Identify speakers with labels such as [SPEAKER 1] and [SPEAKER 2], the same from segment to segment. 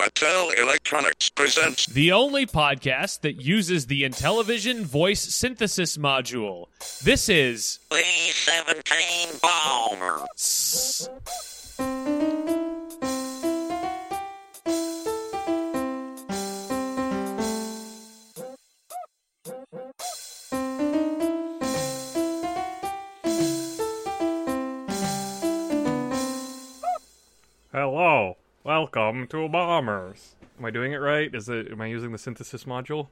[SPEAKER 1] Mattel Electronics presents
[SPEAKER 2] The only podcast that uses the Intellivision voice synthesis module. This is
[SPEAKER 1] the 17 Bomber.
[SPEAKER 2] S-
[SPEAKER 3] Hello, welcome to Bombers. Am I doing it right? Is it? Am I using the synthesis module?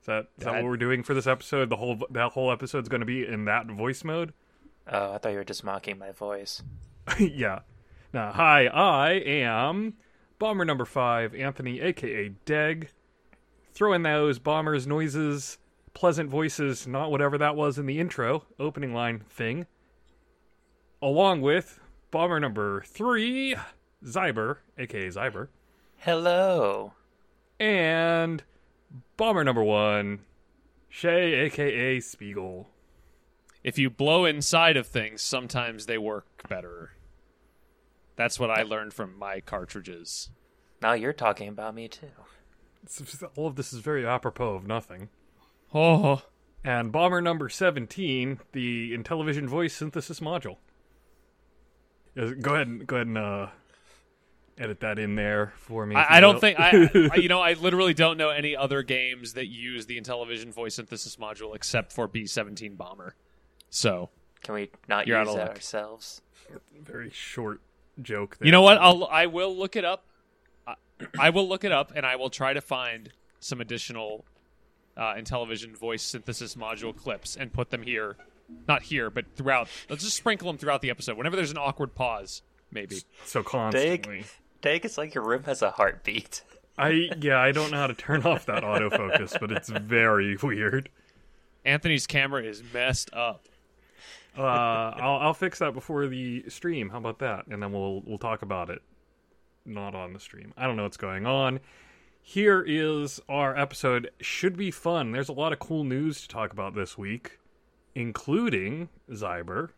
[SPEAKER 3] Is that is that
[SPEAKER 4] That-
[SPEAKER 3] what we're doing for this episode? The whole that whole episode's going to be in that voice mode.
[SPEAKER 4] Oh, I thought you were just mocking my voice.
[SPEAKER 3] yeah. Now, hi, I am Bomber Number Five, Anthony, aka Deg. Throw in those bombers noises, pleasant voices, not whatever that was in the intro opening line thing. Along with Bomber Number Three, Zyber, aka Zyber.
[SPEAKER 4] Hello.
[SPEAKER 3] And bomber number one, Shay, aka Spiegel.
[SPEAKER 2] if you blow inside of things, sometimes they work better. That's what I learned from my cartridges.
[SPEAKER 4] Now you're talking about me too.
[SPEAKER 3] It's- All of this is very apropos of nothing.
[SPEAKER 2] Oh,
[SPEAKER 3] And bomber number seventeen, the Intellivision voice synthesis module. Yes, Go ahead, and go ahead and uh, edit that in there for me. if
[SPEAKER 2] I, I
[SPEAKER 3] you
[SPEAKER 2] don't
[SPEAKER 3] will.
[SPEAKER 2] think I, I. You know, I literally don't know any other games that use the Intellivision voice synthesis module except for B-17 Bomber. So
[SPEAKER 4] Can we not
[SPEAKER 2] You're out
[SPEAKER 4] use
[SPEAKER 2] of
[SPEAKER 4] that
[SPEAKER 2] luck.
[SPEAKER 4] ourselves?
[SPEAKER 3] very short joke. There.
[SPEAKER 2] You know what? I'll I will look it up. I, I will look it up, and I will try to find some additional uh, Intellivision voice synthesis module clips and put them here. Not here, but throughout. Let's just sprinkle them throughout the episode. Whenever there's an awkward pause, maybe.
[SPEAKER 3] so
[SPEAKER 4] Dig,
[SPEAKER 3] constantly.
[SPEAKER 4] Dig, it's like your room has a heartbeat.
[SPEAKER 3] I yeah, I don't know how to turn off that autofocus, but it's very weird.
[SPEAKER 2] Anthony's camera is messed up.
[SPEAKER 3] Uh, I'll I'll fix that before the stream. How about that? And then we'll we'll talk about it. Not on the stream. I don't know what's going on. Here is our episode. Should be fun. There's a lot of cool news to talk about this week, including Zyber.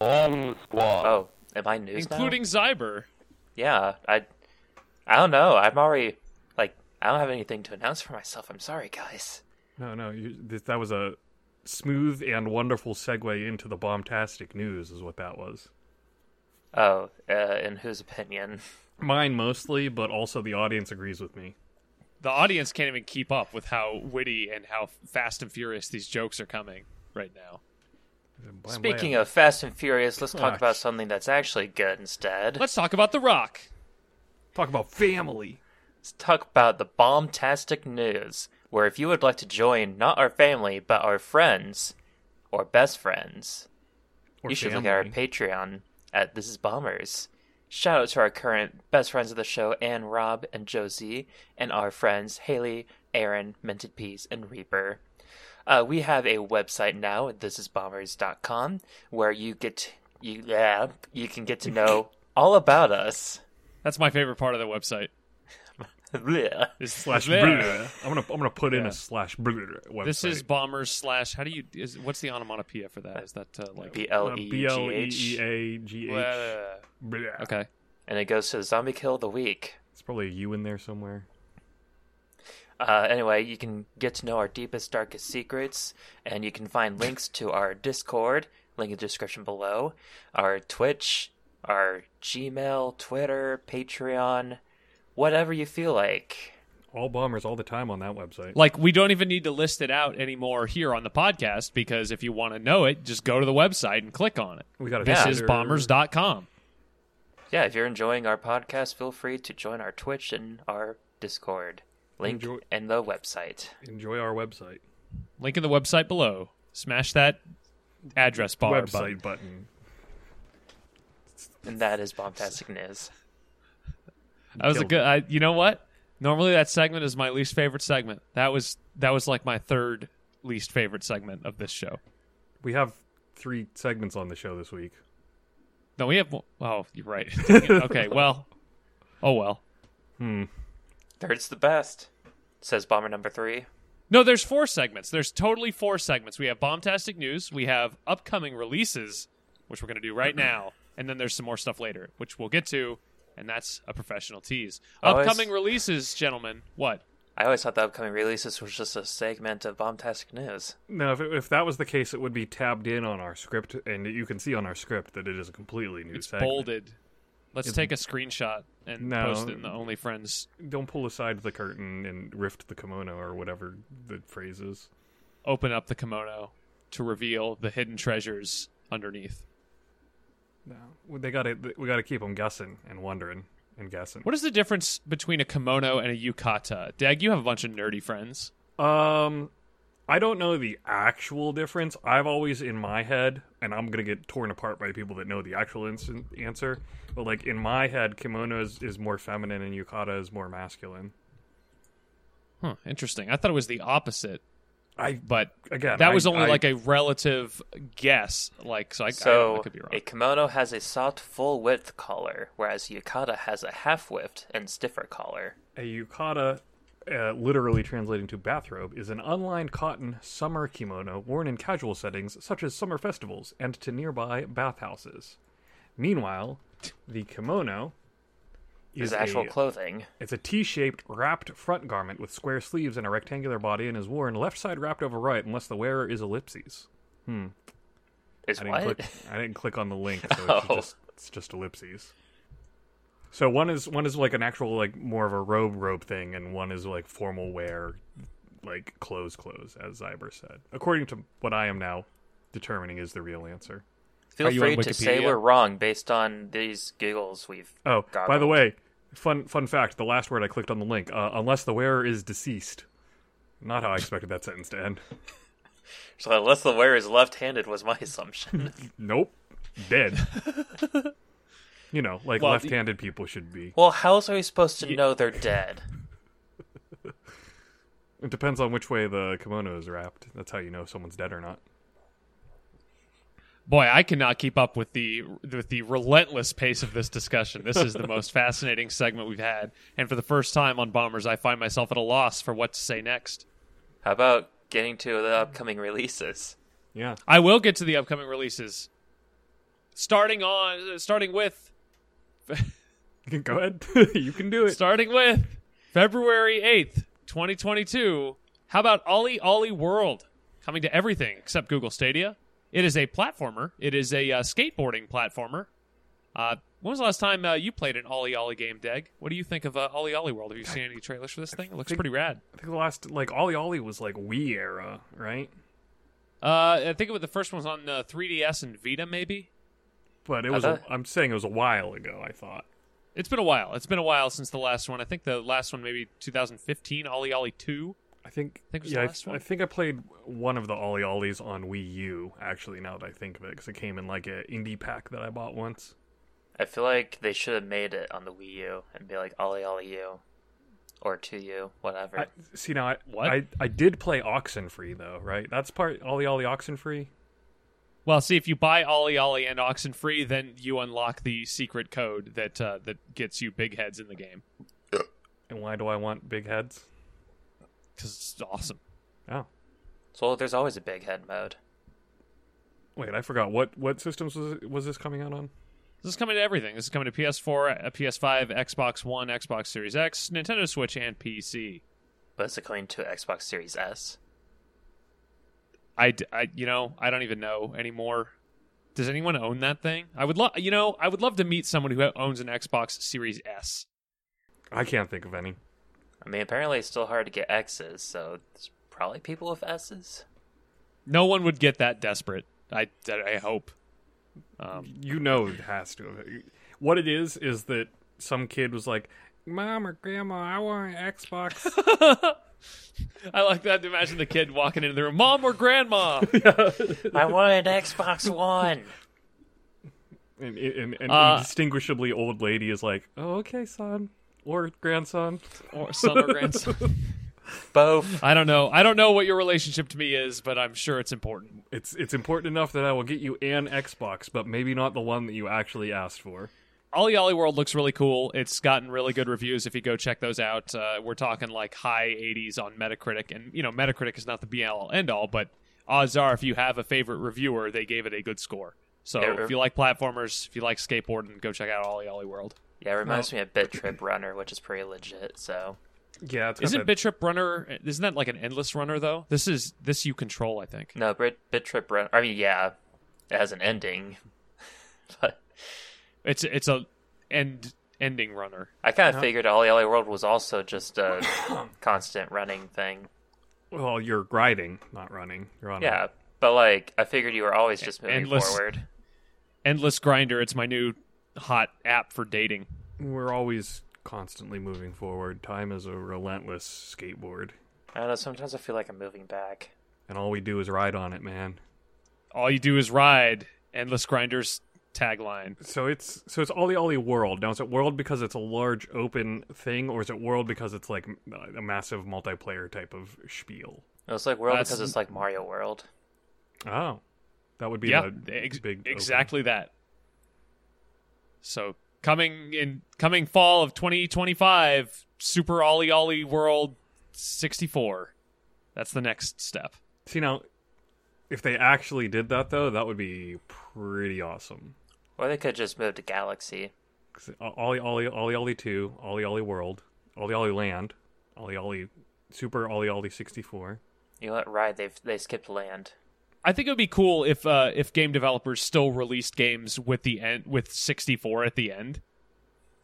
[SPEAKER 4] Oh, am I news now?
[SPEAKER 2] Including Zyber.
[SPEAKER 4] Yeah, I. I don't know. I'm already like I don't have anything to announce for myself. I'm sorry, guys.
[SPEAKER 3] No, no, you, th- that was a smooth and wonderful segue into the bombastic news. Is what that was.
[SPEAKER 4] Oh, uh, in whose opinion?
[SPEAKER 3] Mine mostly, but also the audience agrees with me.
[SPEAKER 2] The audience can't even keep up with how witty and how fast and furious these jokes are coming right now.
[SPEAKER 4] Speaking of Fast and Furious, let's talk
[SPEAKER 3] Gosh.
[SPEAKER 4] about something that's actually good instead.
[SPEAKER 2] Let's talk about The Rock.
[SPEAKER 3] talk about family.
[SPEAKER 4] Let's talk about the bombastic news, where if you would like to join not our family but our friends or best friends,
[SPEAKER 3] Or
[SPEAKER 4] you should look at our
[SPEAKER 3] family.
[SPEAKER 4] Patreon at This Is Bombers. Shout out to our current best friends of the show, Anne, Rob, and Josie, and our friends Haley, Aaron, Minted Peas, and Reaper. Uh, we have a website now at thisisbombers.com where you get you yeah, you can get to know all about us.
[SPEAKER 2] That's my favorite part of the website.
[SPEAKER 4] Blech.
[SPEAKER 2] Is
[SPEAKER 3] slash
[SPEAKER 2] there.
[SPEAKER 3] bleh. I'm gonna I'm gonna put in a slash bleh website.
[SPEAKER 2] This is bombers slash. How do you? Is, what's the onomatopoeia for that? Is that uh, like?
[SPEAKER 4] B
[SPEAKER 3] Uh,
[SPEAKER 4] L E
[SPEAKER 3] B
[SPEAKER 4] G
[SPEAKER 3] L E E
[SPEAKER 4] H. uh,
[SPEAKER 3] A G H.
[SPEAKER 2] Blah.
[SPEAKER 3] Bleh.
[SPEAKER 2] okay.
[SPEAKER 4] and it goes to the zombie kill of the week.
[SPEAKER 3] It's probably a U in there somewhere.
[SPEAKER 4] Uh, anyway, you can get to know our deepest, darkest secrets, and you can find links to our Discord, link in the description below, our Twitch, our Gmail, Twitter, Patreon, whatever you feel like.
[SPEAKER 3] All bombers all the time on that website.
[SPEAKER 2] Like we don't even need to list it out anymore here on the podcast because if you want to know it, just go to the website and click on it.
[SPEAKER 3] We got a
[SPEAKER 2] This
[SPEAKER 4] Yeah.
[SPEAKER 2] is bombers.com.
[SPEAKER 4] Yeah, if you're enjoying our podcast, feel free to join our Twitch and our Discord. Link
[SPEAKER 3] Enjoy-
[SPEAKER 4] in the website.
[SPEAKER 3] Enjoy our website.
[SPEAKER 2] Link in the website below. Smash that address bar
[SPEAKER 3] website
[SPEAKER 2] button.
[SPEAKER 3] button.
[SPEAKER 4] And that is Bombastic News.
[SPEAKER 2] That was a
[SPEAKER 3] Killed
[SPEAKER 2] good. I, you know what? Normally that segment is my least favorite segment. That was that was like my third least favorite segment of this show.
[SPEAKER 3] We have three segments on the show this week.
[SPEAKER 2] No, we have. mo- Oh, you're right. Dang it. okay. Well. Oh well.
[SPEAKER 4] Third's the best, says Bomber number three.
[SPEAKER 2] No, there's four segments. There's totally four segments. We have bombastic news, we have
[SPEAKER 4] Mm-hmm.
[SPEAKER 2] upcoming releases, which we're going to do right now, and then there's some more stuff later, which we'll get to and that's a professional tease.
[SPEAKER 4] Oh, it's-
[SPEAKER 2] Upcoming releases, gentlemen. What?
[SPEAKER 4] I always thought the upcoming releases was just a segment of bombastic news.
[SPEAKER 3] No, if, if that was the case, it would be tabbed in on our script, and you can see on our script that it is a completely new
[SPEAKER 2] It's
[SPEAKER 3] segment.
[SPEAKER 2] bolded. Let's take a screenshot and
[SPEAKER 3] No.
[SPEAKER 2] post it in the Only Friends.
[SPEAKER 3] Don't pull aside the curtain and rift the kimono or whatever the phrase is.
[SPEAKER 2] Open up the kimono to reveal the hidden treasures underneath.
[SPEAKER 3] No, they got to we got to keep them guessing and wondering and guessing.
[SPEAKER 2] What is the difference between a kimono and a yukata? Dag, you have a bunch of nerdy friends.
[SPEAKER 3] Um, I don't know the actual difference. I've always in my head, and I'm gonna get torn apart by people that know the actual instant answer. But like in my head, kimono is, is more feminine and yukata is more masculine.
[SPEAKER 2] Huh, interesting. I thought it was the opposite,
[SPEAKER 3] I
[SPEAKER 2] but
[SPEAKER 3] again,
[SPEAKER 2] that
[SPEAKER 3] I-
[SPEAKER 2] was only
[SPEAKER 3] I-
[SPEAKER 2] like a relative guess. Like, so I, I, don't know, I
[SPEAKER 4] So
[SPEAKER 2] could be wrong.
[SPEAKER 4] a kimono has a soft full width collar, whereas yukata has a half width and stiffer collar.
[SPEAKER 3] a yukata, uh, literally translating to bathrobe, is an unlined cotton summer kimono worn in casual settings such as summer festivals and to nearby bathhouses. Meanwhile, the kimono is
[SPEAKER 4] Is actual
[SPEAKER 3] a,
[SPEAKER 4] clothing.
[SPEAKER 3] It's a T-shaped wrapped front garment with square sleeves and a rectangular body, and is worn left side wrapped over right unless the wearer is ellipses.
[SPEAKER 4] Is
[SPEAKER 3] I didn't
[SPEAKER 4] what?
[SPEAKER 3] click. I didn't click on the link, so it's
[SPEAKER 4] Oh.
[SPEAKER 3] just it's just ellipses. So one is one is like an actual like more of a robe robe thing, and one is like formal wear, like clothes clothes, as Zyber said. According to what I am now determining is the real answer.
[SPEAKER 4] Feel
[SPEAKER 2] Are you on
[SPEAKER 4] free to say
[SPEAKER 2] Wikipedia?
[SPEAKER 4] we're wrong based on these giggles we've.
[SPEAKER 3] Oh, by the
[SPEAKER 4] goggled.
[SPEAKER 3] way, fun fun fact: the last word I clicked on the link, uh, unless the wearer is deceased. Not how I expected that sentence to end.
[SPEAKER 4] So unless the wearer is left-handed was my assumption.
[SPEAKER 3] Nope. Dead. you know, like
[SPEAKER 2] Well,
[SPEAKER 3] left handed people should be.
[SPEAKER 4] well, how else are we supposed to know they're dead?
[SPEAKER 3] It depends on which way the kimono is wrapped. That's how you know someone's dead or not.
[SPEAKER 2] Boy, I cannot keep up with the with the relentless pace of this discussion. This is the most fascinating segment we've had, and for the first time on Bombers, I find myself at a loss for what to say next.
[SPEAKER 4] How about getting to the upcoming releases?
[SPEAKER 3] Yeah.
[SPEAKER 2] I will get to the upcoming releases, starting on starting with
[SPEAKER 3] Go ahead. you can do it.
[SPEAKER 2] starting with February eighth, twenty twenty two. How about Ollie Ollie World coming to everything except Google Stadia? It is a platformer. It is a uh, skateboarding platformer. Uh, when was the last time uh, you played an Ollie Ollie game, Deg? What do you think of uh, Ollie Ollie World? Have you seen any trailers for this thing? It looks pretty rad.
[SPEAKER 3] I think the last, like, Ollie Ollie was like Wii era, right?
[SPEAKER 2] Uh, I think it was the first one's on uh, 3DS and Vita, maybe.
[SPEAKER 3] But it was,
[SPEAKER 2] Uh-huh.
[SPEAKER 4] thought-
[SPEAKER 3] a, I'm saying it was a while ago, I thought.
[SPEAKER 2] It's been a while. It's been a while since the last one. I think the last one maybe 2015, Ollie Ollie 2.
[SPEAKER 3] I think,
[SPEAKER 2] Think it was
[SPEAKER 3] yeah,
[SPEAKER 2] the
[SPEAKER 3] I,
[SPEAKER 2] last one?
[SPEAKER 3] I think I played one of the Ollie Ollies on Wii U, actually, now that I think of it, because it came in like an indie pack that I bought once.
[SPEAKER 4] I feel like they should have made it on the Wii U and be like Ollie Ollie U or to you, whatever.
[SPEAKER 3] I, see now, I,
[SPEAKER 2] What?
[SPEAKER 3] I I did play Oxenfree though, right? That's part Ollie Ollie Oxenfree.
[SPEAKER 2] Well, see, if you buy Ollie Ollie and Oxen Free, then you unlock the secret code that uh, that gets you big heads in the game.
[SPEAKER 3] And why do I want big heads?
[SPEAKER 2] Because it's awesome.
[SPEAKER 3] Oh,
[SPEAKER 4] so there's always a big head mode.
[SPEAKER 3] wait, I forgot what what systems was was this coming out on?
[SPEAKER 2] This is coming to everything. This is coming to PS4, uh, PS5, Xbox One, Xbox Series X, Nintendo Switch, and PC.
[SPEAKER 4] But it's according to Xbox Series S.
[SPEAKER 2] I, d- I- you know, I don't even know anymore. Does anyone own that thing? I would love, you know, I would love to meet someone who owns an Xbox Series S.
[SPEAKER 3] I can't think of any.
[SPEAKER 4] I mean, apparently it's still hard to get X's, so there's probably people with S's.
[SPEAKER 2] No one would get that desperate. I, I hope.
[SPEAKER 3] You know, it has to. Have. What it is is that some kid was like, "Mom or Grandma, I want an Xbox."
[SPEAKER 2] I like that. to Imagine the kid walking into the room, mom or grandma.
[SPEAKER 4] I want an Xbox One.
[SPEAKER 3] and and, and
[SPEAKER 2] Uh,
[SPEAKER 3] indistinguishably old lady is like, "Oh, okay, son." Or grandson.
[SPEAKER 2] or son or grandson.
[SPEAKER 4] Both.
[SPEAKER 2] I don't know. I don't know what your relationship to me is, but I'm sure it's important.
[SPEAKER 3] It's it's important enough that I will get you an Xbox, but maybe not the one that you actually asked for.
[SPEAKER 2] Ollie Ollie World looks really cool. It's gotten really good reviews. If you go check those out, uh, we're talking like high 80s on Metacritic, and you know Metacritic is not the be all end all, but odds are if you have a favorite reviewer, they gave it a good score. So
[SPEAKER 4] Yeah.
[SPEAKER 2] if you like platformers, if you like skateboarding, go check out Ollie Ollie World.
[SPEAKER 4] Yeah, it reminds me of Bit Trip Runner, which is pretty legit. So
[SPEAKER 3] Yeah, it's got
[SPEAKER 2] Isn't
[SPEAKER 3] that-
[SPEAKER 2] Bit Trip Runner? Isn't that like an endless runner though? This is this you control, I think.
[SPEAKER 4] no, Bit Bit Trip Runner. I mean, yeah, it has an ending, but
[SPEAKER 2] It's it's a end ending runner.
[SPEAKER 4] I kind of figured Ollie Ollie World was also just a constant running thing.
[SPEAKER 3] well, you're riding, not running. You're on. a-
[SPEAKER 4] Yeah, but like I figured you were always just moving
[SPEAKER 2] Endless-
[SPEAKER 4] forward.
[SPEAKER 2] Endless grinder. It's my new hot app for dating.
[SPEAKER 3] we're always constantly moving forward. Time is a relentless skateboard,
[SPEAKER 4] I don't know. Sometimes I feel like I'm moving back.
[SPEAKER 3] and all we do is ride on it, man.
[SPEAKER 2] All you do is ride. Endless grinders tagline.
[SPEAKER 3] So it's so it's Ollie Ollie World. Now is it World because it's a large open thing, or is it World because it's like m- a massive multiplayer type of spiel?
[SPEAKER 4] It was like World
[SPEAKER 2] That's-
[SPEAKER 4] because it's like Mario World.
[SPEAKER 3] Oh, that would be
[SPEAKER 2] yeah,
[SPEAKER 3] the
[SPEAKER 2] ex-
[SPEAKER 3] big open.
[SPEAKER 2] exactly that. So coming in coming fall of 2025, Super Ollie Ollie World 64. That's the next step.
[SPEAKER 3] See now, if they actually did that though, that would be pretty awesome.
[SPEAKER 4] Or they could just move to Galaxy.
[SPEAKER 3] 'Cause Ollie Ollie Ollie Ollie Two, Ollie Ollie World, Ollie Ollie Land, Ollie Ollie Super Ollie Ollie sixty four.
[SPEAKER 4] You know what? Right? They they skipped land.
[SPEAKER 2] I think it would be cool if uh, if game developers still released games with the end with 64 at the end.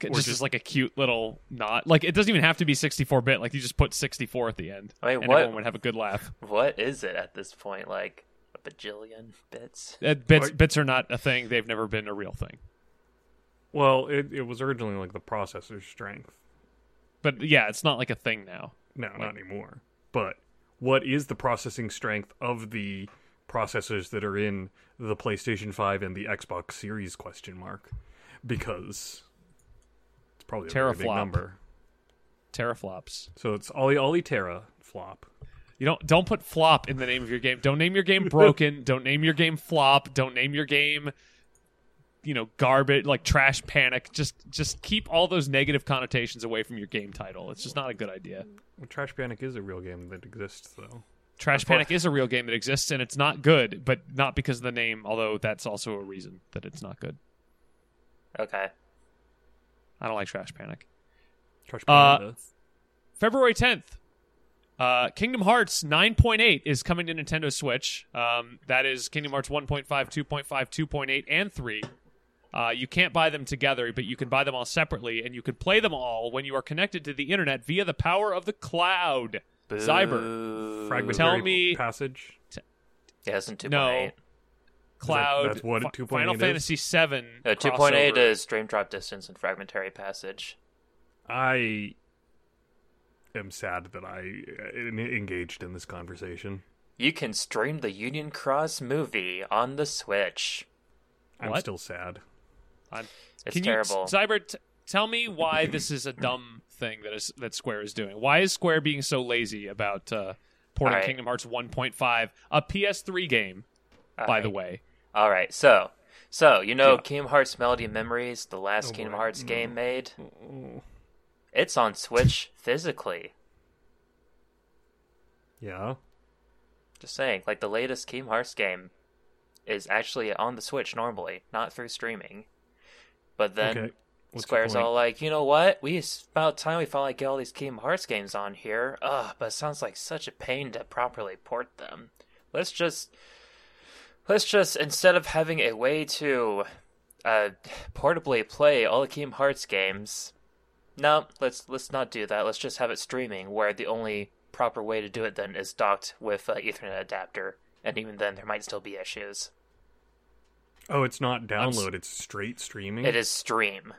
[SPEAKER 2] C-
[SPEAKER 3] Or
[SPEAKER 2] Just,
[SPEAKER 3] just-
[SPEAKER 2] as like a cute little nod. Like it doesn't even have to be 64 bit. Like you just put 64 at the end,
[SPEAKER 4] Wait,
[SPEAKER 2] and
[SPEAKER 4] what?
[SPEAKER 2] everyone would have a good laugh.
[SPEAKER 4] What is it at this point? Like a bajillion bits.
[SPEAKER 2] Uh, bits
[SPEAKER 3] Or-
[SPEAKER 2] bits are not a thing. They've never been a real thing.
[SPEAKER 3] Well, it it was originally like the processor's strength.
[SPEAKER 2] But yeah, it's not like a thing now.
[SPEAKER 3] No, not anymore. But what is the processing strength of the processors that are in the PlayStation 5 and the Xbox Series question mark? Because it's probably a very big
[SPEAKER 2] Teraflop.
[SPEAKER 3] number.
[SPEAKER 2] Teraflops.
[SPEAKER 3] So it's Ollie Ollie Terra flop.
[SPEAKER 2] You don't don't put flop in the name of your game. Don't name your game broken. don't name your game flop. Don't name your game you know garbage like trash panic. Just just keep all those negative connotations away from your game title. It's just not a good idea.
[SPEAKER 3] Well, Trash Panic is a real game that exists though.
[SPEAKER 2] Trash Panic is a real game that exists and it's not good, but not because of the name, although that's also a reason that it's not good.
[SPEAKER 4] Okay.
[SPEAKER 2] I don't like Trash Panic.
[SPEAKER 3] Trash
[SPEAKER 2] Uh,
[SPEAKER 3] Panda.
[SPEAKER 2] February 10th, uh, Kingdom Hearts 9.8 is coming to Nintendo Switch. Um, that is Kingdom Hearts 1.5, 2.5, 2.8, and 3. Uh, you can't buy them together, but you can buy them all separately, and you can play them all when you are connected to the internet via the power of the cloud. Cyber,
[SPEAKER 4] Boo.
[SPEAKER 3] Fragmentary
[SPEAKER 2] tell me-
[SPEAKER 3] passage.
[SPEAKER 4] Yeah, isn't two point
[SPEAKER 2] No.
[SPEAKER 4] eight.
[SPEAKER 2] cloud.
[SPEAKER 3] that's what
[SPEAKER 2] Fi-
[SPEAKER 3] 2.8
[SPEAKER 2] Final
[SPEAKER 3] is?
[SPEAKER 2] Fantasy VII.
[SPEAKER 4] No, Uh, two point eight
[SPEAKER 2] crossover.
[SPEAKER 4] is stream drop distance and fragmentary passage.
[SPEAKER 3] I am sad that I uh, en- engaged in this conversation.
[SPEAKER 4] You can stream the Union Cross movie on the Switch.
[SPEAKER 3] I'm
[SPEAKER 2] What?
[SPEAKER 3] still sad.
[SPEAKER 2] I'm-
[SPEAKER 4] It's
[SPEAKER 2] can You,
[SPEAKER 4] terrible.
[SPEAKER 2] Cyber, t- tell me why this is a dumb thing that is that Square is doing. Why is Square being so lazy about uh, porting
[SPEAKER 4] All right.
[SPEAKER 2] Kingdom Hearts 1.5, a PS3 game,
[SPEAKER 4] All
[SPEAKER 2] by
[SPEAKER 4] right.
[SPEAKER 2] the way?
[SPEAKER 4] All right, so so you know Kingdom Hearts Melody Memories, the last Kingdom
[SPEAKER 3] Oh, boy. Mm.
[SPEAKER 4] Hearts game made. It's on Switch physically.
[SPEAKER 3] Yeah.
[SPEAKER 4] Just saying, like the latest Kingdom Hearts game is actually on the Switch normally, not through streaming. But then
[SPEAKER 3] okay. What's your
[SPEAKER 4] Square's
[SPEAKER 3] point?
[SPEAKER 4] all like, you know what? We it's about time we finally get all these Kingdom Hearts games on here. Ugh, but it sounds like such a pain to properly port them. Let's just let's just instead of having a way to uh portably play all the Kingdom Hearts games, no, let's let's not do that. Let's just have it streaming where the only proper way to do it then is docked with uh, Ethernet adapter. And even then there might still be issues.
[SPEAKER 3] Oh, it's not
[SPEAKER 2] I'm s-
[SPEAKER 3] download, it's straight streaming.
[SPEAKER 4] It is stream.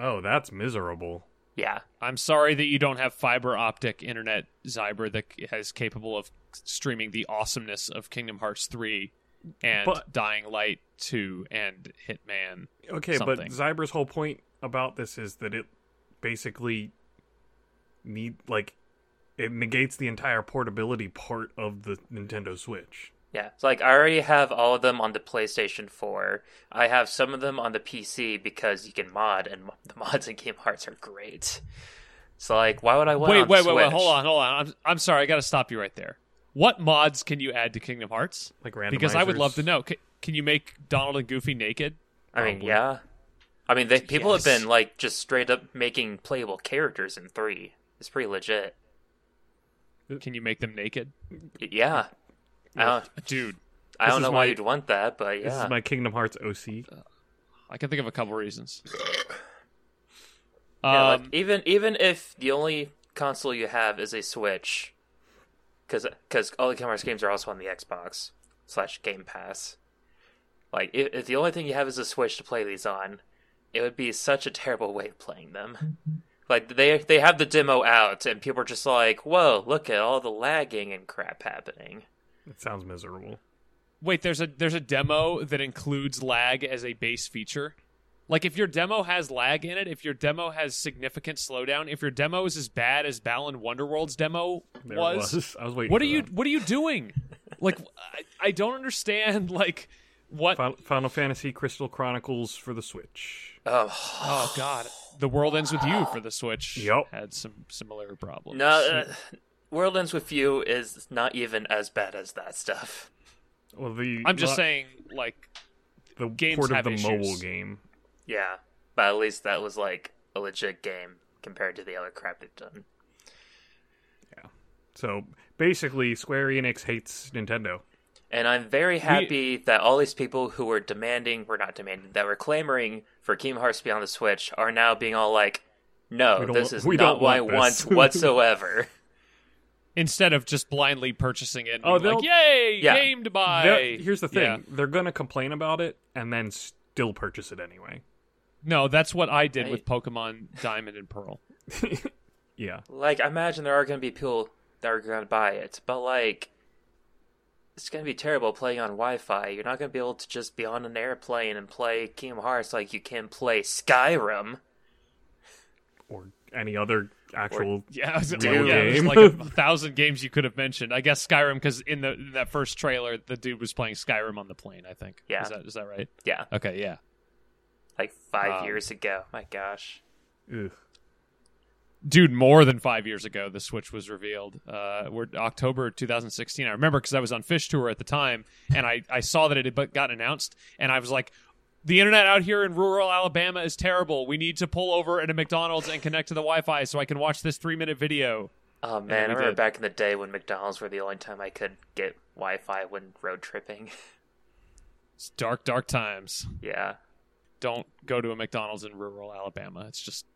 [SPEAKER 3] Oh, that's miserable.
[SPEAKER 4] Yeah.
[SPEAKER 2] I'm sorry that you don't have fiber optic internet, Cyber, that c- is capable of streaming the awesomeness of Kingdom Hearts 3 and
[SPEAKER 3] But-
[SPEAKER 2] Dying Light 2 and Hitman.
[SPEAKER 3] Okay,
[SPEAKER 2] Something.
[SPEAKER 3] but Zyber's whole point about this is that it basically need like it negates the entire portability part of the Nintendo Switch.
[SPEAKER 4] Yeah, it's like I already have all of them on the PlayStation 4. I have some of them on the PC because you can mod, and mo- the mods in Game Hearts are great. So like, why would I want? it
[SPEAKER 2] Wait,
[SPEAKER 4] on
[SPEAKER 2] wait, wait, wait.
[SPEAKER 4] Switch?
[SPEAKER 2] Hold on, hold on. I'm, I'm sorry. I got to stop you right there. What mods can you add to Kingdom Hearts?
[SPEAKER 3] Like randomizers.
[SPEAKER 2] because I would love to know. C- can you make Donald and Goofy naked?
[SPEAKER 4] I mean, yeah, I mean, they people have
[SPEAKER 2] Yes.
[SPEAKER 4] been like just straight up making playable characters in three. It's pretty legit.
[SPEAKER 2] Can you make them naked,
[SPEAKER 4] Y- Yeah. I don't,
[SPEAKER 2] dude?
[SPEAKER 4] I
[SPEAKER 3] This
[SPEAKER 4] don't
[SPEAKER 3] is
[SPEAKER 4] know why
[SPEAKER 3] my-
[SPEAKER 4] you'd want that, but
[SPEAKER 3] This
[SPEAKER 4] yeah.
[SPEAKER 3] is my Kingdom Hearts OC.
[SPEAKER 2] I can think of a couple reasons.
[SPEAKER 4] Yeah, like,
[SPEAKER 2] Um,
[SPEAKER 4] even even if the only console you have is a Switch, because all the Kingdom Hearts games are also on the Xbox slash Game Pass. Like, if, if the only thing you have is a Switch to play these on, it would be such a terrible way of playing them. Like they they have the demo out, and people are just like, "Whoa, look at all the lagging and crap happening."
[SPEAKER 3] It sounds miserable.
[SPEAKER 2] Wait, there's a there's a demo that includes lag as a base feature. Like if your demo has lag in it, if your demo has significant slowdown, if your demo is as bad as Balan Wonderworld's demo
[SPEAKER 3] There it
[SPEAKER 2] was,
[SPEAKER 3] was. I was waiting.
[SPEAKER 2] what
[SPEAKER 3] for
[SPEAKER 2] are you
[SPEAKER 3] that.
[SPEAKER 2] what are you doing? like I, I don't understand like what
[SPEAKER 3] Final, Final Fantasy Crystal Chronicles for the Switch.
[SPEAKER 4] Oh,
[SPEAKER 2] Oh god. The World Ends with You for the Switch
[SPEAKER 3] Yep.
[SPEAKER 2] had some similar problems.
[SPEAKER 4] no, uh, World Ends with You is not even as bad as that stuff.
[SPEAKER 3] Well, the
[SPEAKER 2] I'm just
[SPEAKER 3] lo-
[SPEAKER 2] saying like
[SPEAKER 3] the
[SPEAKER 2] games
[SPEAKER 3] port of
[SPEAKER 2] have
[SPEAKER 3] the
[SPEAKER 2] issues.
[SPEAKER 3] mobile game.
[SPEAKER 4] Yeah, but at least that was like a legit game compared to the other crap they've done.
[SPEAKER 3] So basically, Square Enix hates Nintendo.
[SPEAKER 4] And I'm very happy that all these people who were demanding, were not demanding, that were clamoring for Kingdom Hearts to be on the Switch are now being all like, no,
[SPEAKER 3] We don't
[SPEAKER 4] this
[SPEAKER 3] wa-
[SPEAKER 4] is
[SPEAKER 3] we
[SPEAKER 4] not
[SPEAKER 3] don't
[SPEAKER 4] what I
[SPEAKER 3] want
[SPEAKER 4] want
[SPEAKER 3] this."
[SPEAKER 4] whatsoever.
[SPEAKER 2] instead of just blindly purchasing it and
[SPEAKER 3] Oh,
[SPEAKER 2] being like,
[SPEAKER 3] they'll-
[SPEAKER 2] Yay,
[SPEAKER 4] Yeah.
[SPEAKER 2] game to buy.
[SPEAKER 3] They're- here's the thing:
[SPEAKER 2] Yeah.
[SPEAKER 3] they're gonna complain about it and then still purchase it anyway.
[SPEAKER 2] No, that's what I did
[SPEAKER 4] Right.
[SPEAKER 2] with Pokemon Diamond and Pearl.
[SPEAKER 3] Yeah,
[SPEAKER 4] like, I imagine there are going to be people that are going to buy it, but like, it's going to be terrible playing on Wi Fi. You're not going to be able to just be on an airplane and play Kingdom Hearts like you can play Skyrim.
[SPEAKER 3] or any other actual.
[SPEAKER 2] Yeah, I was,
[SPEAKER 3] Real
[SPEAKER 2] yeah, there's
[SPEAKER 3] game.
[SPEAKER 2] like a, thousand games you could have mentioned. I guess Skyrim because in the in that first trailer, the dude was playing Skyrim on the plane. I think.
[SPEAKER 4] Yeah.
[SPEAKER 2] is that is that right?
[SPEAKER 4] Yeah,
[SPEAKER 2] Okay, yeah.
[SPEAKER 4] like five
[SPEAKER 2] Um,
[SPEAKER 4] years ago. My gosh.
[SPEAKER 3] Ugh.
[SPEAKER 2] Dude, more than five years ago, the Switch was revealed. Uh, we're October 2016. I remember because I was on Fish Tour at the time, and I I saw that it had bu- gotten announced, and I was like. The internet out here in rural Alabama is terrible. We need to pull over at a McDonald's and connect to the Wi-Fi so I can watch this three-minute video.
[SPEAKER 4] Oh man, I
[SPEAKER 2] we
[SPEAKER 4] remember
[SPEAKER 2] did.
[SPEAKER 4] back in the day when McDonald's were the only time I could get Wi-Fi when road tripping.
[SPEAKER 2] It's dark, dark times.
[SPEAKER 4] yeah,
[SPEAKER 2] don't go to a McDonald's in rural Alabama. It's just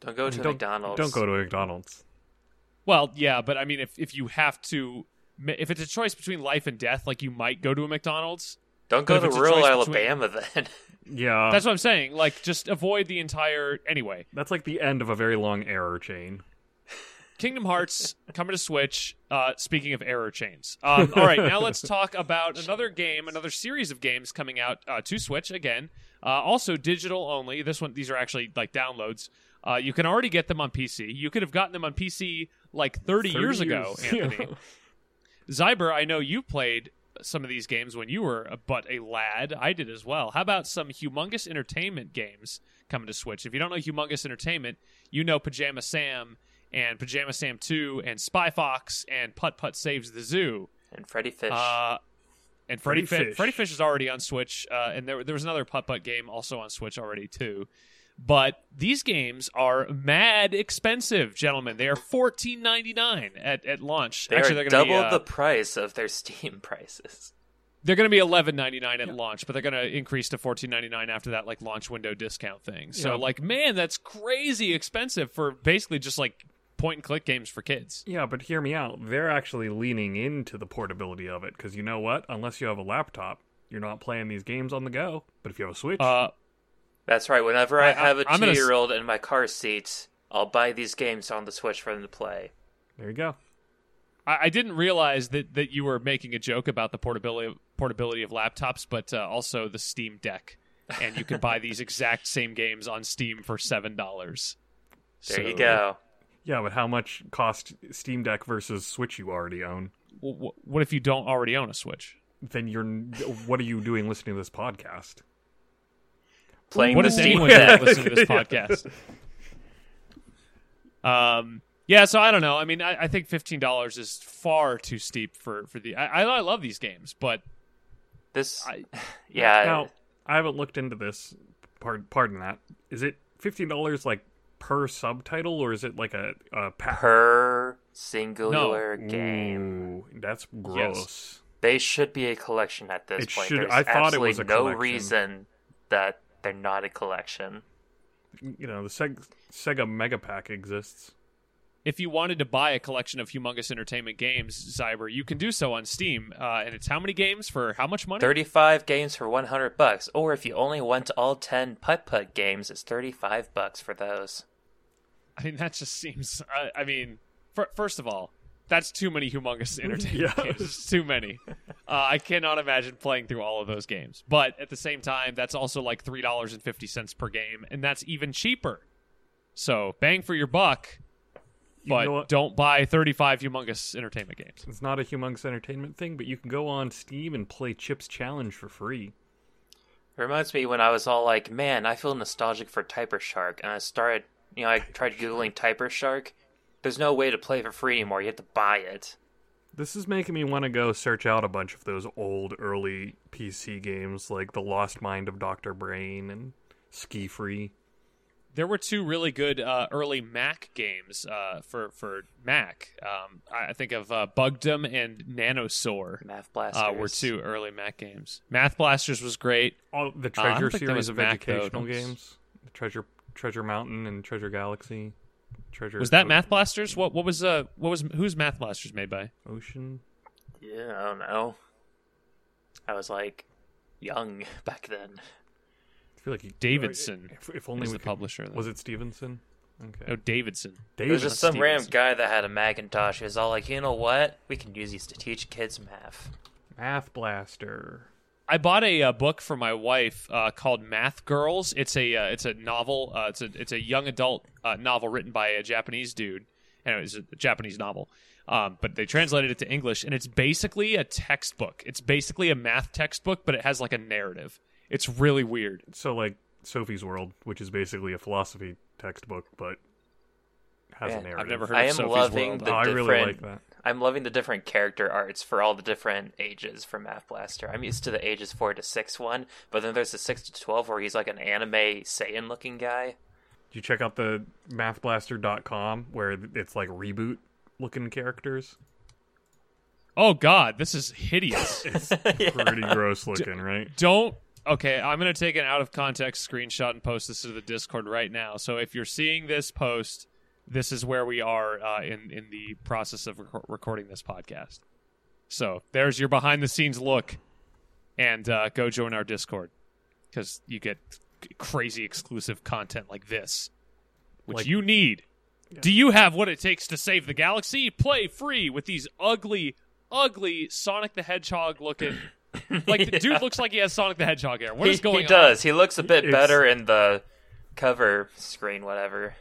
[SPEAKER 4] don't go to
[SPEAKER 3] Don't-
[SPEAKER 4] McDonald's.
[SPEAKER 3] Don't go to McDonald's.
[SPEAKER 2] well, yeah, but I mean, if if you have to, if it's a choice between life and death, like you might go to a McDonald's. But
[SPEAKER 4] Don't go
[SPEAKER 2] if
[SPEAKER 4] to
[SPEAKER 2] it's a
[SPEAKER 4] rural
[SPEAKER 2] choice between-
[SPEAKER 4] Alabama then.
[SPEAKER 3] Yeah,
[SPEAKER 2] That's what I'm saying. Like, just avoid the entire. Anyway,
[SPEAKER 3] that's like the end of a very long error chain.
[SPEAKER 2] Kingdom Hearts coming to Switch. Uh, speaking of error chains, um, all right, now let's talk about another game, another series of games coming out uh, to Switch again. Uh, also digital only. This one, these are actually like downloads. Uh, you can already get them on PC. You could have gotten them on PC like 30,
[SPEAKER 3] 30
[SPEAKER 2] years ago,
[SPEAKER 3] years.
[SPEAKER 2] Anthony. Zyber, I know you played some of these games when you were a- but a lad. I did as well. How about some humongous entertainment games coming to Switch? If you don't know humongous entertainment, you know Pajama Sam and Pajama Sam 2 and Spy Fox and Putt Putt Saves the Zoo.
[SPEAKER 4] and Freddy Fish.
[SPEAKER 2] Uh, and Freddy,
[SPEAKER 3] Freddy
[SPEAKER 2] Fi-
[SPEAKER 3] Fish.
[SPEAKER 2] Freddy Fish is already on Switch, uh, and there, there was another Putt Putt game also on Switch already too. But these games are mad expensive, gentlemen. They are fourteen ninety nine at at launch.
[SPEAKER 4] they're,
[SPEAKER 2] Actually, they're gonna
[SPEAKER 4] double
[SPEAKER 2] be, uh,
[SPEAKER 4] the price of their Steam prices.
[SPEAKER 2] they're going to be eleven ninety nine at launch, but they're going to increase to fourteen ninety nine after that like launch window discount thing. So
[SPEAKER 3] Yeah.
[SPEAKER 2] like, man, that's crazy expensive for basically just like point and click games for kids.
[SPEAKER 3] Yeah, but hear me out. They're actually leaning into the portability of it because you know what? Unless you have a laptop, you're not playing these games on the go. But if you have a Switch,
[SPEAKER 2] Uh,
[SPEAKER 4] That's right. Whenever I,
[SPEAKER 2] I-
[SPEAKER 4] have a
[SPEAKER 2] I'm gonna s-
[SPEAKER 4] two-year-old in my car seat, I'll buy these games on the Switch for them to play.
[SPEAKER 3] there you go.
[SPEAKER 2] I, I didn't realize that that you were making a joke about the portability portability of laptops, but uh, also the Steam Deck, and you can buy these exact same games on Steam for seven dollars.
[SPEAKER 4] There you go.
[SPEAKER 3] Yeah, but how much cost Steam Deck versus Switch you already own?
[SPEAKER 2] W- what if you don't already own a Switch?
[SPEAKER 3] Then you're. What are you doing listening to this podcast?
[SPEAKER 4] Playing
[SPEAKER 2] what
[SPEAKER 4] the
[SPEAKER 2] is
[SPEAKER 4] Steam
[SPEAKER 2] anyone
[SPEAKER 4] Deck.
[SPEAKER 2] that listening to this podcast? Um. Yeah. So I don't know. I mean, I, I think fifteen dollars is far too steep for for the. I, I, I love these games, but
[SPEAKER 4] This,
[SPEAKER 2] I-
[SPEAKER 4] yeah.
[SPEAKER 3] Now, I haven't looked into this pardon, pardon that. Is it fifteen dollars like per subtitle, or is it like a, a pack?
[SPEAKER 4] per singular game.
[SPEAKER 3] Ooh, that's gross.
[SPEAKER 4] They should be a collection at this
[SPEAKER 3] It
[SPEAKER 4] point.
[SPEAKER 3] should-
[SPEAKER 4] There's
[SPEAKER 3] I thought it
[SPEAKER 4] absolutely
[SPEAKER 3] was a
[SPEAKER 4] no
[SPEAKER 3] collection.
[SPEAKER 4] reason that they're not a collection.
[SPEAKER 3] You know, the Seg- Sega Mega Pack exists.
[SPEAKER 2] If you wanted to buy a collection of humongous entertainment games, Cyber, you can do so on Steam. Uh, and it's how many games for how much money?
[SPEAKER 4] 35 games for 100 bucks, or if you only want all 10 putt putt games, it's 35 bucks for those.
[SPEAKER 2] I mean, that just seems. Uh, I mean, fir- first of all, that's too many humongous entertainment
[SPEAKER 3] Yeah.
[SPEAKER 2] games. It's too many. Uh, I cannot imagine playing through all of those games. But at the same time, that's also like three dollars and fifty cents per game, and that's even cheaper. So bang for your buck. But
[SPEAKER 3] know what?
[SPEAKER 2] don't buy thirty-five humongous entertainment games.
[SPEAKER 3] It's not a humongous entertainment thing, but you can go on Steam and play Chips Challenge for free.
[SPEAKER 4] Reminds me when I was all like, man, I feel nostalgic for Typer Shark, and I started, you know, I tried Googling Typer Shark. There's no way to play for free anymore, you have to buy it.
[SPEAKER 3] This is making me want to go search out a bunch of those old early PC games like The Lost Mind of Dr. Brain and Ski Free.
[SPEAKER 2] There were two really good uh, early Mac games uh, for for Mac. Um, I I think of uh, Bugdom and Nanosaur.
[SPEAKER 4] Math Blasters.
[SPEAKER 3] Ah,
[SPEAKER 2] uh, were two early Mac games. Math Blasters was great.
[SPEAKER 3] All the
[SPEAKER 2] I don't
[SPEAKER 3] Treasure
[SPEAKER 2] think that
[SPEAKER 3] series
[SPEAKER 2] was
[SPEAKER 3] of
[SPEAKER 2] Mac, though.
[SPEAKER 3] educational
[SPEAKER 2] That was-
[SPEAKER 3] games. The Treasure Treasure Mountain and Treasure Galaxy. Treasure
[SPEAKER 2] Was that
[SPEAKER 3] O-
[SPEAKER 2] Math Blasters? What what was uh what was who's Math Blasters made by?
[SPEAKER 3] Ocean?
[SPEAKER 4] Yeah, I don't know. I was like young back then.
[SPEAKER 3] I feel like you,
[SPEAKER 2] Davidson
[SPEAKER 3] If, if only
[SPEAKER 2] is
[SPEAKER 3] we
[SPEAKER 2] the
[SPEAKER 3] could-
[SPEAKER 2] publisher. though.
[SPEAKER 3] Was it Stevenson? Okay.
[SPEAKER 2] No, Davidson.
[SPEAKER 4] It was just some
[SPEAKER 2] Stevenson.
[SPEAKER 4] random guy that had a Macintosh. He was all like, you know what? We can use these to teach kids math.
[SPEAKER 3] Math Blaster.
[SPEAKER 2] I bought a uh, book for my wife uh, called Math Girls. It's a uh, it's a novel. Uh, it's a it's a young adult uh, novel written by a Japanese dude, and it was a Japanese novel. Um, but they translated it to English, and it's basically a textbook. It's basically a math textbook, but it has like a narrative. It's really weird.
[SPEAKER 3] So like Sophie's World, which is basically a philosophy textbook, but has
[SPEAKER 4] Yeah,
[SPEAKER 3] a
[SPEAKER 4] I've
[SPEAKER 3] narrative.
[SPEAKER 2] never heard
[SPEAKER 4] I
[SPEAKER 2] of
[SPEAKER 4] am
[SPEAKER 2] Sophie's
[SPEAKER 4] loving
[SPEAKER 2] World.
[SPEAKER 4] the
[SPEAKER 3] Oh, I
[SPEAKER 4] different.
[SPEAKER 3] really like that.
[SPEAKER 4] I'm loving the different character arts for all the different ages for Math Blaster. I'm used to the ages four to six one, but then there's the six to twelve where he's like an anime Saiyan looking guy.
[SPEAKER 3] Did you check out the mathblaster.com where it's like reboot looking characters?
[SPEAKER 2] Oh God, this is hideous.
[SPEAKER 3] Pretty gross looking, right?
[SPEAKER 2] Don't. Okay, I'm going to take an out of context screenshot and post this to the Discord right now. So if you're seeing this post, this is where we are uh, in in the process of recor recording this podcast. So there's your behind the scenes look, and uh, go join our Discord because you get c- crazy exclusive content like this, which
[SPEAKER 3] Like-
[SPEAKER 2] you need. Do you have what it takes to save the galaxy? Play free with these ugly, ugly Sonic the Hedgehog looking. Like the dude looks like he has Sonic the Hedgehog hair. What
[SPEAKER 4] He,
[SPEAKER 2] is going
[SPEAKER 4] he
[SPEAKER 2] on?
[SPEAKER 4] does. He looks a bit
[SPEAKER 3] It's-
[SPEAKER 4] better in the cover screen, whatever.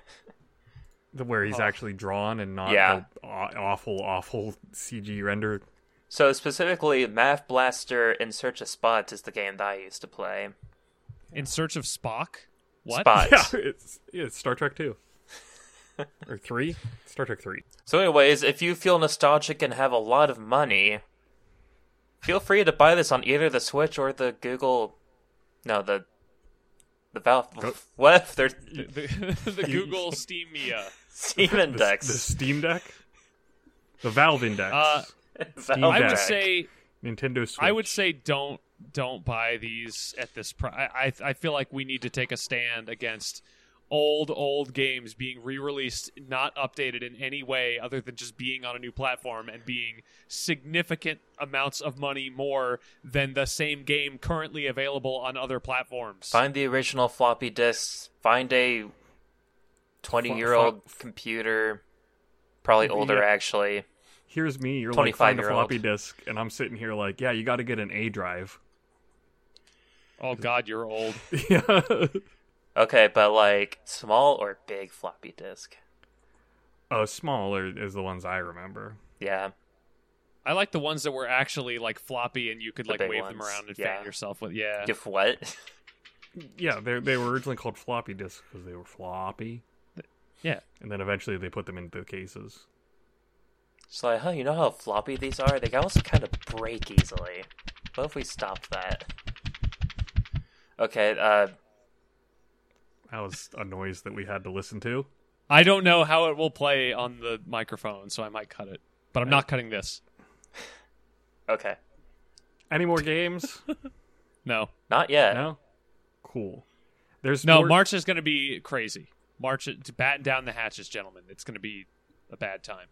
[SPEAKER 3] The- Where
[SPEAKER 2] Oh.
[SPEAKER 3] he's actually drawn and not
[SPEAKER 4] Yeah.
[SPEAKER 3] the aw- awful, awful CG render.
[SPEAKER 4] So specifically, Math Blaster in Search of Spot is the game that I used to play.
[SPEAKER 2] In search of Spock. What?
[SPEAKER 4] Spot.
[SPEAKER 3] Yeah, it's, yeah, it's Star Trek 2. or 3? Star Trek 3.
[SPEAKER 4] So, anyways, if you feel nostalgic and have a lot of money, feel free to buy this on either the Switch or the Google. No, the the Valve. What if there's
[SPEAKER 2] The, the- the Google Steam Mia.
[SPEAKER 4] Steam
[SPEAKER 3] The,
[SPEAKER 4] Index?
[SPEAKER 3] the Steam Deck? The Valve Index.
[SPEAKER 2] Uh,
[SPEAKER 4] Valve
[SPEAKER 2] I would
[SPEAKER 3] Deck.
[SPEAKER 2] say
[SPEAKER 3] Nintendo Switch.
[SPEAKER 2] I would say don't don't buy these at this price. I, I I feel like we need to take a stand against old old games being re-released, not updated in any way other than just being on a new platform and being significant amounts of money more than the same game currently available on other platforms.
[SPEAKER 4] Find the original floppy disks. Find a twenty-year-old computer, probably older
[SPEAKER 3] Yeah.
[SPEAKER 4] actually.
[SPEAKER 3] Here's me. You're like, find a
[SPEAKER 4] 25-year-old.
[SPEAKER 3] floppy disk, and I'm sitting here like, yeah, you got to get an A drive.
[SPEAKER 2] Oh God, you're old.
[SPEAKER 3] yeah.
[SPEAKER 4] Okay, but like small or big floppy disk.
[SPEAKER 3] Oh, smaller is the ones I remember.
[SPEAKER 4] Yeah,
[SPEAKER 2] I like the ones that were actually like floppy and you could like
[SPEAKER 4] big
[SPEAKER 2] wave them
[SPEAKER 4] ones,
[SPEAKER 2] around and
[SPEAKER 4] yeah.
[SPEAKER 2] fan yourself with. Yeah,
[SPEAKER 4] if what?
[SPEAKER 3] Yeah, they they were originally called floppy disks because they were floppy,
[SPEAKER 2] yeah.
[SPEAKER 3] and then eventually they put them into cases.
[SPEAKER 4] It's like, huh, you know how floppy these are? They can also kind of break easily. What if we stop that? Okay, uh,
[SPEAKER 3] That was a noise that we had to listen to.
[SPEAKER 2] I don't know how it will play on the microphone, so I might cut it. But
[SPEAKER 4] Uh,
[SPEAKER 2] I'm not cutting this.
[SPEAKER 4] Okay.
[SPEAKER 3] Any more games?
[SPEAKER 2] No.
[SPEAKER 4] Not yet.
[SPEAKER 3] no. Cool. There's
[SPEAKER 2] No,
[SPEAKER 3] more-
[SPEAKER 2] March is going to be crazy. March to batten down the hatches, gentlemen. It's going to be a bad time,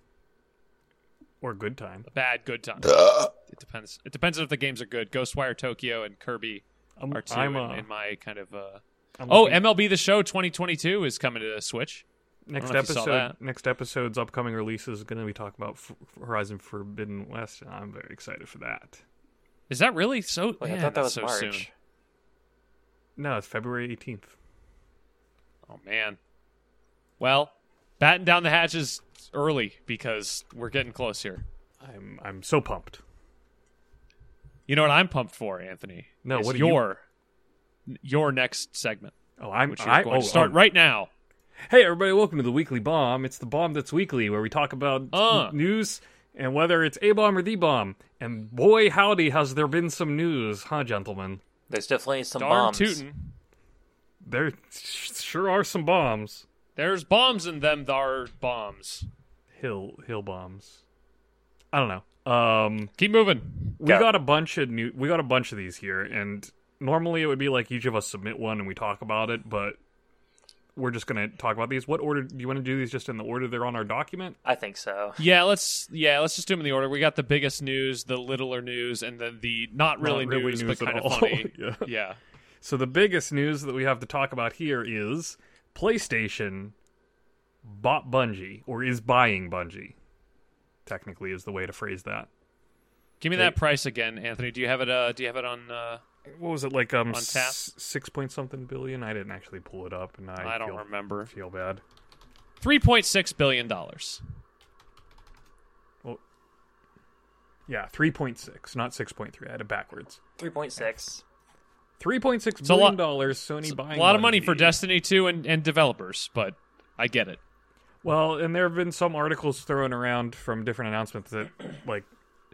[SPEAKER 3] or good time.
[SPEAKER 2] a bad good time. It depends. It depends on if the games are good. Ghostwire Tokyo and Kirby
[SPEAKER 3] I'm,
[SPEAKER 2] are 2
[SPEAKER 3] I'm,
[SPEAKER 2] in,
[SPEAKER 3] uh,
[SPEAKER 2] in my kind of. Uh...
[SPEAKER 3] I'm
[SPEAKER 2] Oh,
[SPEAKER 3] looking-
[SPEAKER 2] MLB The Show 2022 is coming to the Switch.
[SPEAKER 3] next
[SPEAKER 2] know if you saw
[SPEAKER 3] episode.
[SPEAKER 2] that.
[SPEAKER 3] Next episode's upcoming release is going to be talking about F- Horizon Forbidden West, and I'm very excited for that.
[SPEAKER 2] Is that really so?
[SPEAKER 4] Wait,
[SPEAKER 2] man,
[SPEAKER 4] I thought that
[SPEAKER 2] that's
[SPEAKER 4] was
[SPEAKER 2] so
[SPEAKER 4] March.
[SPEAKER 2] soon.
[SPEAKER 3] No, it's February 18th.
[SPEAKER 2] Oh man. Well, batten down the hatches early because we're getting close here.
[SPEAKER 3] I'm I'm so pumped.
[SPEAKER 2] You know what I'm pumped for, Anthony?
[SPEAKER 3] No,
[SPEAKER 2] is
[SPEAKER 3] what are you-
[SPEAKER 2] your your next segment,
[SPEAKER 3] Oh, I'm
[SPEAKER 2] which you're
[SPEAKER 3] I,
[SPEAKER 2] going
[SPEAKER 3] oh,
[SPEAKER 2] to start
[SPEAKER 3] oh.
[SPEAKER 2] right now.
[SPEAKER 3] Hey everybody, welcome to the weekly bomb. It's the bomb that's weekly, where we talk about
[SPEAKER 2] Uh.
[SPEAKER 3] n- news and whether it's a bomb or the bomb. And boy, howdy, has there been some news, huh, gentlemen?
[SPEAKER 4] There's definitely some
[SPEAKER 2] Darn
[SPEAKER 4] bombs.
[SPEAKER 2] tootin'.
[SPEAKER 3] There sh- sure are some bombs.
[SPEAKER 2] There's bombs in them. Thar bombs.
[SPEAKER 3] Hill hill bombs. I don't know. Um,
[SPEAKER 2] Keep moving.
[SPEAKER 3] we
[SPEAKER 4] Go.
[SPEAKER 3] got a bunch of new. We got a bunch of these here, and normally it would be like each of us submit one and we talk about it, but we're just gonna talk about these. What order do you want to do these? Just in the order they're on our document.
[SPEAKER 4] I think so.
[SPEAKER 2] Yeah, let's yeah, let's just do them in the order. We got the biggest news, the littler news, and then the not really,
[SPEAKER 3] Not really
[SPEAKER 2] news,
[SPEAKER 3] news
[SPEAKER 2] but
[SPEAKER 3] at
[SPEAKER 2] kind of
[SPEAKER 3] all.
[SPEAKER 2] funny.
[SPEAKER 3] Yeah.
[SPEAKER 2] yeah.
[SPEAKER 3] So the biggest news that we have to talk about here is PlayStation bought Bungie or is buying Bungie. Technically, is the way to phrase that.
[SPEAKER 2] Give me that price again, Anthony. Do you have it? Uh, do you have it on? Uh,
[SPEAKER 3] What was it like? Um,
[SPEAKER 2] On tap?
[SPEAKER 3] s- six point something billion. I didn't actually pull it up, and I,
[SPEAKER 2] I don't
[SPEAKER 3] feel,
[SPEAKER 2] remember.
[SPEAKER 3] Feel bad.
[SPEAKER 2] Three point six billion dollars.
[SPEAKER 3] Yeah, three point six, not six point three. I had it backwards.
[SPEAKER 4] 3.6.
[SPEAKER 3] Three point six
[SPEAKER 2] a
[SPEAKER 3] billion
[SPEAKER 2] lot-
[SPEAKER 3] dollars. Sony buying
[SPEAKER 2] A lot of money for
[SPEAKER 3] Bungie.
[SPEAKER 2] Destiny two and, and developers, but I get it.
[SPEAKER 3] Well, and there have been some articles thrown around from different announcements that like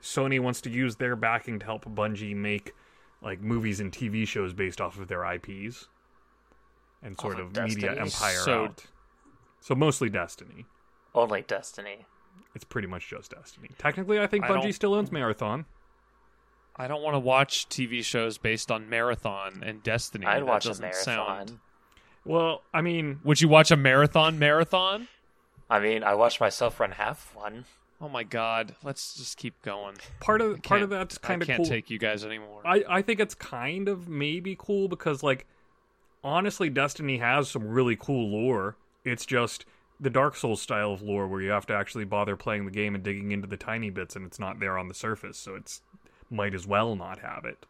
[SPEAKER 3] Sony wants to use their backing to help Bungie make like movies and TV shows based off of their IPs and sort
[SPEAKER 4] Off
[SPEAKER 3] of
[SPEAKER 4] of
[SPEAKER 3] media
[SPEAKER 4] Destiny?
[SPEAKER 3] empire
[SPEAKER 2] Oh, So-
[SPEAKER 3] out. So mostly Destiny.
[SPEAKER 4] Only Destiny.
[SPEAKER 3] It's pretty much just Destiny. Technically, I think
[SPEAKER 2] I
[SPEAKER 3] Bungie
[SPEAKER 2] don't-
[SPEAKER 3] still owns Marathon.
[SPEAKER 2] I don't want to watch TV shows based on Marathon and Destiny.
[SPEAKER 4] I'd
[SPEAKER 2] That
[SPEAKER 4] watch a
[SPEAKER 2] doesn't
[SPEAKER 4] marathon.
[SPEAKER 2] Sound...
[SPEAKER 3] Well, I mean,
[SPEAKER 2] Would you watch a marathon? Marathon?
[SPEAKER 4] I mean, I watched myself run half one.
[SPEAKER 2] Oh my god! Let's just keep going.
[SPEAKER 3] part of part of
[SPEAKER 2] Can't-
[SPEAKER 3] that's kind
[SPEAKER 2] I
[SPEAKER 3] of
[SPEAKER 2] can't
[SPEAKER 3] cool.
[SPEAKER 2] take you guys anymore.
[SPEAKER 3] I, I think it's kind of maybe cool because like honestly Destiny has some really cool lore. It's just the Dark Souls style of lore where you have to actually bother playing the game and digging into the tiny bits and it's not there on the surface, so it's might as well not have it.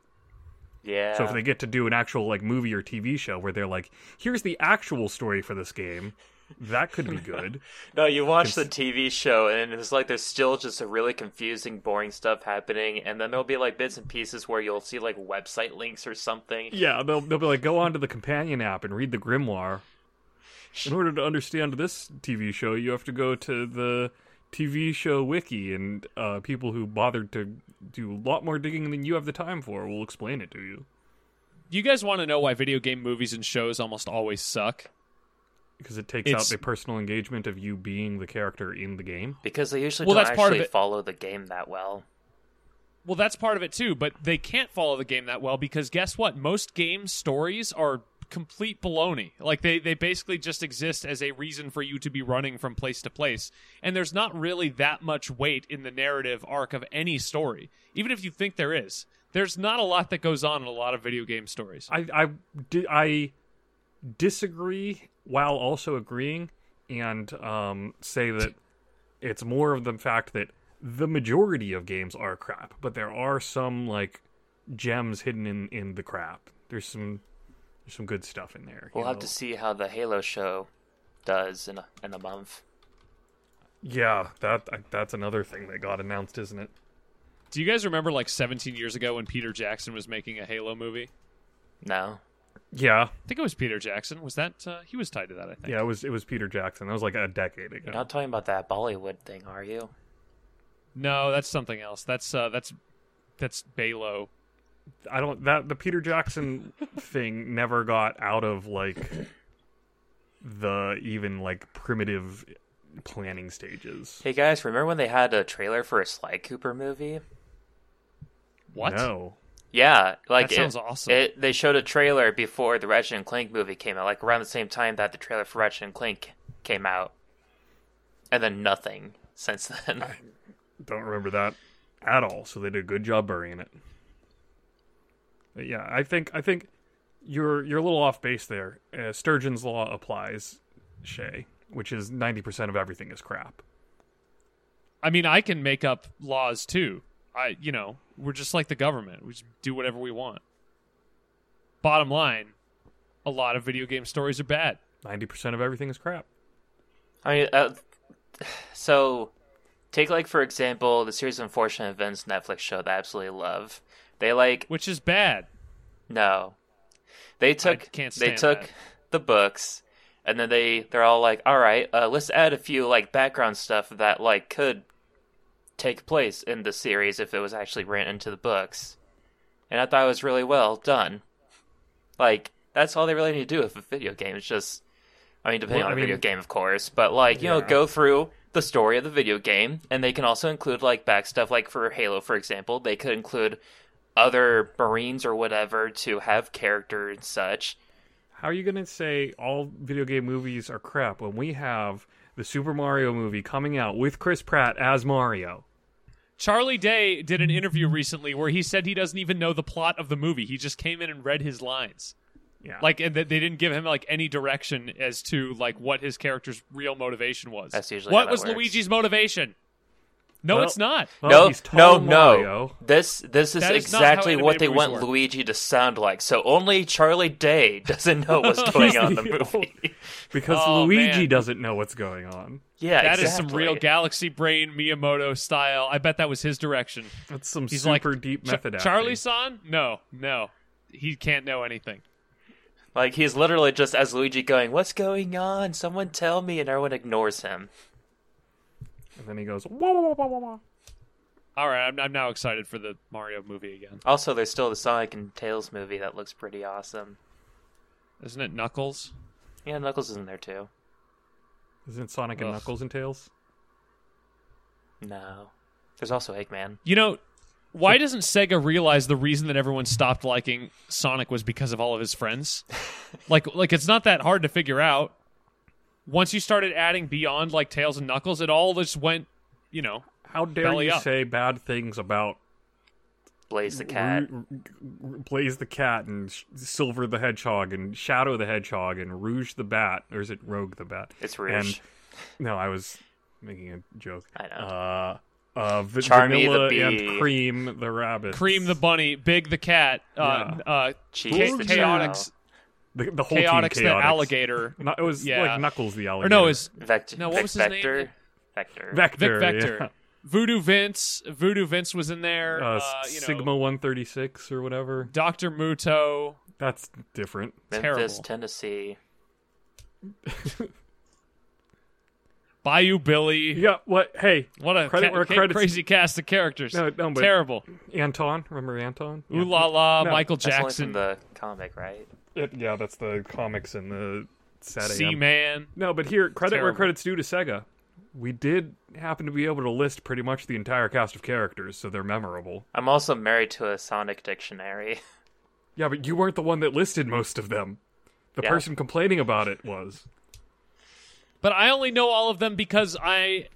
[SPEAKER 4] Yeah.
[SPEAKER 3] So if they get to do an actual like movie or TV show where they're like, here's the actual story for this game, that could be good.
[SPEAKER 4] No, you watch the TV show, and it's like there's still just a really confusing, boring stuff happening, and then there'll be like bits and pieces where you'll see like website links or something.
[SPEAKER 3] Yeah, they'll they'll be like, go onto the companion app and read the grimoire. In order to understand this TV show, you have to go to the TV show wiki, and uh, people who bothered to do a lot more digging than you have the time for will explain it to you
[SPEAKER 2] you guys want to know why video game movies and shows almost always suck?
[SPEAKER 3] because it takes
[SPEAKER 2] It's-
[SPEAKER 3] out the personal engagement of you being the character in the game.
[SPEAKER 4] Because they usually
[SPEAKER 2] Well,
[SPEAKER 4] don't
[SPEAKER 2] that's
[SPEAKER 4] actually
[SPEAKER 2] part of it.
[SPEAKER 4] follow the game that well.
[SPEAKER 2] Well, that's part of it too, but they can't follow the game that well because guess what? Most game stories are complete baloney. Like they they basically just exist as a reason for you to be running from place to place, and there's not really that much weight in the narrative arc of any story. Even if you think there is, there's not a lot that goes on in a lot of video game stories.
[SPEAKER 3] I I di- I disagree while also agreeing, and um, say that it's more of the fact that the majority of games are crap, but there are some like gems hidden in in the crap. There's some there's some good stuff in there. you
[SPEAKER 4] We'll have
[SPEAKER 3] know?
[SPEAKER 4] to see how the Halo show does in a, in a month.
[SPEAKER 3] Yeah, that I- that's another thing that got announced, isn't it?
[SPEAKER 2] Do you guys remember like 17 years ago when Peter Jackson was making a Halo movie?
[SPEAKER 4] No,
[SPEAKER 3] Yeah,
[SPEAKER 2] I think it was Peter Jackson. Was that uh, he was tied to that? I think.
[SPEAKER 3] yeah. It was it was Peter Jackson. That was like a decade ago.
[SPEAKER 4] you're not talking about that Bollywood thing, are you?
[SPEAKER 2] No, that's something else. That's uh, that's that's Balo.
[SPEAKER 3] I don't that the Peter Jackson thing never got out of like the even like primitive planning stages.
[SPEAKER 4] Hey guys, remember when they had a trailer for a Sly Cooper movie?
[SPEAKER 2] What?
[SPEAKER 3] No.
[SPEAKER 4] Yeah, like
[SPEAKER 2] That sounds awesome.
[SPEAKER 4] It, they showed a trailer before the Ratchet and Clank movie came out, like around the same time that the trailer for Ratchet and Clank came out, and then nothing since then.
[SPEAKER 3] Don't remember that at all. So they did a good job burying it. But yeah, I think I think you're you're a little off base there. Uh, Sturgeon's law applies, Shay, which is ninety percent of everything is crap.
[SPEAKER 2] I mean, I can make up laws too. I, you know, we're just like the government. We just do whatever we want. Bottom line, a lot of video game stories are bad.
[SPEAKER 3] Ninety percent of everything is crap.
[SPEAKER 4] I mean, uh, so take like for example the series of unfortunate events Netflix show that I absolutely love. They like
[SPEAKER 2] Which is bad.
[SPEAKER 4] no, they took
[SPEAKER 2] can't
[SPEAKER 4] they
[SPEAKER 2] stand
[SPEAKER 4] took
[SPEAKER 2] that.
[SPEAKER 4] the books and then they they're all like, all right, uh, let's add a few like background stuff that like could take place in the series if it was actually written into the books. And I thought it was really well done. Like that's all they really need to do with a video game. It's just, I mean, depending
[SPEAKER 3] Well,
[SPEAKER 4] on
[SPEAKER 3] I
[SPEAKER 4] the video
[SPEAKER 3] mean-
[SPEAKER 4] game, of course, but like you know,
[SPEAKER 3] Yeah.
[SPEAKER 4] go through the story of the video game, and they can also include like back stuff. Like for Halo, for example, they could include other Marines or whatever to have character and such.
[SPEAKER 3] How are you gonna say all video game movies are crap when we have the Super Mario movie coming out with Chris Pratt as Mario?
[SPEAKER 2] Charlie Day did an interview recently where he said he doesn't even know the plot of the movie. He just came in and read his lines.
[SPEAKER 3] Yeah,
[SPEAKER 2] Like, and th- they didn't give him like any direction as to like what his character's real motivation was.
[SPEAKER 4] That's usually
[SPEAKER 2] what
[SPEAKER 4] how that
[SPEAKER 2] was
[SPEAKER 4] works.
[SPEAKER 2] Luigi's motivation. No,
[SPEAKER 3] Well-
[SPEAKER 2] it's not.
[SPEAKER 3] Well,
[SPEAKER 4] no,
[SPEAKER 3] he's
[SPEAKER 4] no,
[SPEAKER 3] tall
[SPEAKER 4] no.
[SPEAKER 3] Mario.
[SPEAKER 4] This this is
[SPEAKER 2] That is not how
[SPEAKER 4] exactly
[SPEAKER 2] anime
[SPEAKER 4] what they
[SPEAKER 2] movies
[SPEAKER 4] want
[SPEAKER 2] work.
[SPEAKER 4] Luigi to sound like. So only Charlie Day doesn't know what's going on in the movie.
[SPEAKER 3] because
[SPEAKER 2] Oh,
[SPEAKER 3] Luigi
[SPEAKER 2] man.
[SPEAKER 3] doesn't know what's going on.
[SPEAKER 4] yeah,
[SPEAKER 2] That is
[SPEAKER 4] exactly.
[SPEAKER 2] some real galaxy brain Miyamoto style. I bet that was his direction.
[SPEAKER 3] That's some
[SPEAKER 2] He's
[SPEAKER 3] super
[SPEAKER 2] like
[SPEAKER 3] deep
[SPEAKER 2] "Ch-
[SPEAKER 3] method. acting.
[SPEAKER 2] Charlie San? No, no, he can't know anything.
[SPEAKER 4] Like he's literally just as Luigi going, "What's going on? Someone tell me!" and everyone ignores him.
[SPEAKER 3] and then he goes, whoa, whoa, whoa, whoa, whoa.
[SPEAKER 2] All right, I'm, I'm now excited for the Mario movie again.
[SPEAKER 4] Also, there's still the Sonic and Tails movie that looks pretty awesome.
[SPEAKER 2] Isn't it Knuckles?
[SPEAKER 4] Yeah, Knuckles is in there too.
[SPEAKER 3] Isn't Sonic and
[SPEAKER 2] Ugh.
[SPEAKER 3] Knuckles and Tails?
[SPEAKER 4] No, there's also Eggman.
[SPEAKER 2] You know, why doesn't Sega realize the reason that everyone stopped liking Sonic was because of all of his friends? like, like it's not that hard to figure out. Once you started adding beyond like Tails and Knuckles, it all just went, you know,
[SPEAKER 3] How dare
[SPEAKER 2] Belly
[SPEAKER 3] you
[SPEAKER 2] up.
[SPEAKER 3] say bad things about
[SPEAKER 4] Blaze the cat.
[SPEAKER 3] Ru- Ru- Blaze the Cat and Sh- Silver the Hedgehog and Shadow the Hedgehog and Rouge the Bat, or is it Rogue the Bat?
[SPEAKER 4] It's Rouge.
[SPEAKER 3] And, no, I was making a joke.
[SPEAKER 4] I know.
[SPEAKER 3] Uh, uh, v-
[SPEAKER 4] Charmy the
[SPEAKER 3] Vanilla
[SPEAKER 4] bee.
[SPEAKER 3] and Cream the Rabbit.
[SPEAKER 2] Cream the Bunny, Big the Cat, uh, uh,
[SPEAKER 4] Cheese
[SPEAKER 2] Cha-
[SPEAKER 4] the
[SPEAKER 2] Chaotix,
[SPEAKER 3] the, the whole
[SPEAKER 2] Chaotix,
[SPEAKER 3] team
[SPEAKER 2] the
[SPEAKER 3] Chaotix.
[SPEAKER 2] alligator.
[SPEAKER 3] No, it was
[SPEAKER 2] Yeah.
[SPEAKER 3] like Knuckles the alligator.
[SPEAKER 2] Or no, is
[SPEAKER 4] Vector.
[SPEAKER 2] No, what was his name?
[SPEAKER 4] Vector. Vector.
[SPEAKER 2] Vic
[SPEAKER 3] Vector.
[SPEAKER 2] Vector.
[SPEAKER 3] yeah.
[SPEAKER 2] Voodoo Vince. Voodoo Vince was in there.
[SPEAKER 3] Uh,
[SPEAKER 2] Uh,
[SPEAKER 3] S-
[SPEAKER 2] you know,
[SPEAKER 3] Sigma 136 or whatever.
[SPEAKER 2] Dr. Muto.
[SPEAKER 3] That's different.
[SPEAKER 4] Memphis,
[SPEAKER 2] Terrible.
[SPEAKER 4] Tennessee.
[SPEAKER 2] Bayou Billy.
[SPEAKER 3] Yeah, what? Hey,
[SPEAKER 2] What a
[SPEAKER 3] Credit
[SPEAKER 2] ca-
[SPEAKER 3] where
[SPEAKER 2] ca-
[SPEAKER 3] credit's-
[SPEAKER 2] crazy cast of characters.
[SPEAKER 3] No, no, but-
[SPEAKER 2] Terrible.
[SPEAKER 3] Anton. Remember Anton?
[SPEAKER 2] Ooh la la,
[SPEAKER 3] No,
[SPEAKER 2] Michael
[SPEAKER 4] That's only from
[SPEAKER 2] Jackson.
[SPEAKER 4] the comic, right?
[SPEAKER 3] It- yeah, that's the comics and the setting.
[SPEAKER 2] C-Man.
[SPEAKER 3] No, but here, credit where
[SPEAKER 2] Terrible.
[SPEAKER 3] credit's due to Sega. We did happen to be able to list pretty much the entire cast of characters, so they're memorable.
[SPEAKER 4] I'm also married to a Sonic dictionary.
[SPEAKER 3] Yeah, but you weren't the one that listed most of them. The
[SPEAKER 4] Yeah.
[SPEAKER 3] person complaining about it was.
[SPEAKER 2] But I only know all of them because I...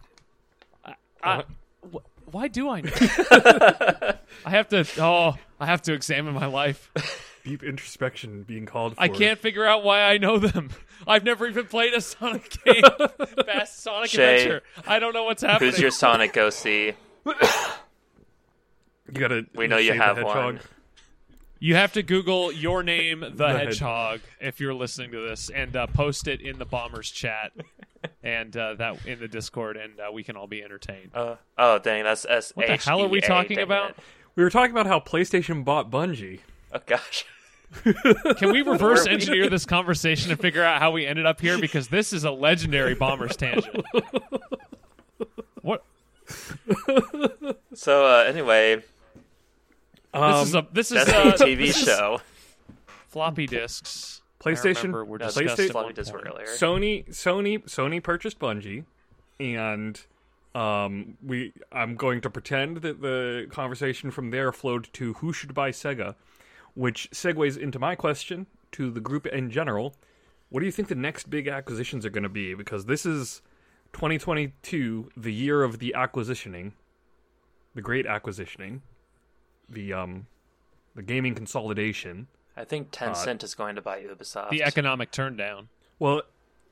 [SPEAKER 2] I,
[SPEAKER 3] Uh-huh.
[SPEAKER 2] I wh- why do I know? I have to... Oh, I have to examine my life.
[SPEAKER 3] Deep introspection being called for.
[SPEAKER 2] I can't figure out why I know them. I've never even played a Sonic game. Past Sonic
[SPEAKER 4] Shay,
[SPEAKER 2] Adventure. I don't know what's happening.
[SPEAKER 4] Who's your Sonic OC?
[SPEAKER 3] You gotta.
[SPEAKER 4] We know you
[SPEAKER 3] say the
[SPEAKER 4] have
[SPEAKER 3] hedgehog.
[SPEAKER 4] one.
[SPEAKER 2] You have to Google your name, the,
[SPEAKER 3] Hedgehog.
[SPEAKER 2] Hedgehog, if you're listening to this, and uh, post it in the Bombers chat and uh, that in the Discord, and uh, we can all be entertained.
[SPEAKER 4] Uh, oh, dang, that's S.
[SPEAKER 2] the hell are we talking about?
[SPEAKER 3] We were talking about how PlayStation bought Bungie.
[SPEAKER 4] Oh gosh.
[SPEAKER 2] Can we reverse engineer this conversation and figure out how we ended up here? Because this is a legendary Bombers tangent. What
[SPEAKER 4] So uh, anyway,
[SPEAKER 2] this
[SPEAKER 3] Um,
[SPEAKER 2] is a this is
[SPEAKER 4] that's
[SPEAKER 2] a
[SPEAKER 4] a TV show.
[SPEAKER 2] floppy disks.
[SPEAKER 3] PlayStation,
[SPEAKER 2] remember we're
[SPEAKER 4] No,
[SPEAKER 2] discussed
[SPEAKER 3] PlayStation,
[SPEAKER 2] at one
[SPEAKER 4] Slug did this
[SPEAKER 2] point.
[SPEAKER 4] earlier.
[SPEAKER 3] Sony, Sony, Sony purchased Bungie, and um, we. I'm going to pretend that the conversation from there flowed to who should buy Sega, which segues into my question to the group in general. What do you think the next big acquisitions are going to be? Because this is 2022, the year of the acquisitioning, the great acquisitioning, the um, the gaming consolidation.
[SPEAKER 4] I think Tencent is going to buy Ubisoft.
[SPEAKER 2] uh, The economic turndown.
[SPEAKER 3] Well,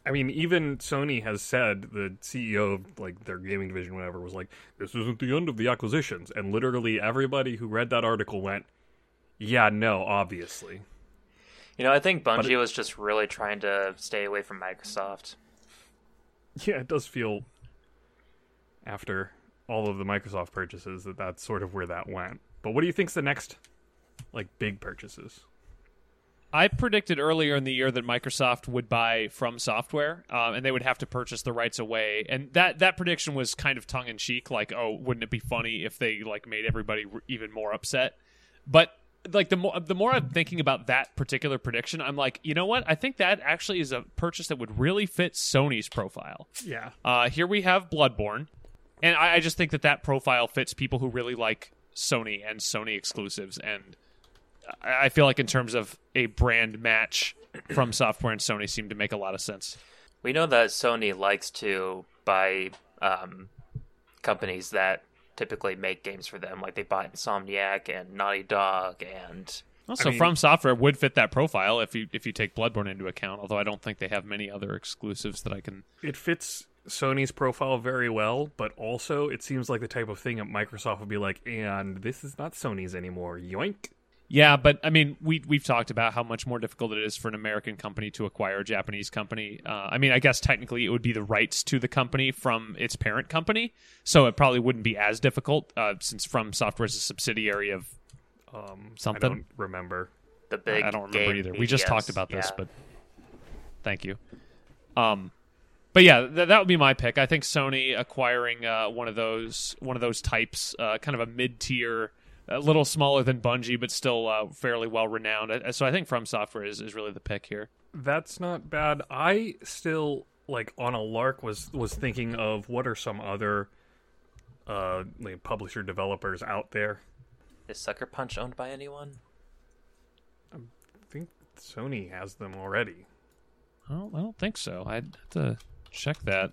[SPEAKER 3] I mean, even Sony has said the CEO of like their gaming division, whatever, was like, "This isn't the end of the acquisitions," and literally everybody who read that article went, "Yeah, no, obviously."
[SPEAKER 4] you know, I think Bungie
[SPEAKER 3] it-
[SPEAKER 4] was just really trying to stay away from Microsoft.
[SPEAKER 3] Yeah, it does feel after all of the Microsoft purchases that that's sort of where that went. But what do you think's the next like big purchases?
[SPEAKER 2] I predicted earlier in the year that Microsoft would buy From Software, um, and they would have to purchase the rights away. And that that prediction was kind of tongue in cheek, like, "Oh, wouldn't it be funny if they like made everybody r- even more upset?" But like the more the more I'm thinking about that particular prediction, I'm like, you know what? I think that actually is a purchase that would really fit Sony's profile.
[SPEAKER 3] Yeah.
[SPEAKER 2] Uh, here we have Bloodborne, and I, I just think that that profile fits people who really like Sony and Sony exclusives, and I, I feel like in terms of a brand match, from software and Sony seem to make a lot of sense.
[SPEAKER 4] We know that Sony likes to buy um, companies that typically make games for them, like they bought Insomniac and Naughty Dog, and
[SPEAKER 2] Also,
[SPEAKER 3] mean-
[SPEAKER 2] From Software would fit that profile if you if you take Bloodborne into account. Although I don't think they have many other exclusives that I can.
[SPEAKER 3] it fits Sony's profile very well, but also it seems like the type of thing that Microsoft would be like, and this is not Sony's anymore. Yoink.
[SPEAKER 2] Yeah, but I mean, we we've talked about how much more difficult it is for an American company to acquire a Japanese company. Uh, I mean, I guess technically it would be the rights to the company from its parent company, so it probably wouldn't be as difficult uh, since From Software is a subsidiary of
[SPEAKER 3] Um, I
[SPEAKER 2] Something.
[SPEAKER 3] don't remember.
[SPEAKER 4] the big.
[SPEAKER 2] I don't remember
[SPEAKER 4] game
[SPEAKER 2] either. We just
[SPEAKER 4] medias.
[SPEAKER 2] talked about this,
[SPEAKER 4] Yeah.
[SPEAKER 2] but thank you. Um, but yeah, th- that would be my pick. I think Sony acquiring uh, one of those one of those types, uh, kind of a mid tier, a little smaller than Bungie, but still uh, fairly well renowned. Uh, So I think From Software is, is really the pick here.
[SPEAKER 3] That's not bad. I still like on a lark was was thinking of what are some other uh like, publisher developers out there.
[SPEAKER 4] is Sucker Punch owned by anyone?
[SPEAKER 3] I think Sony has them already.
[SPEAKER 2] I don't, I don't think so. I'd have to check that.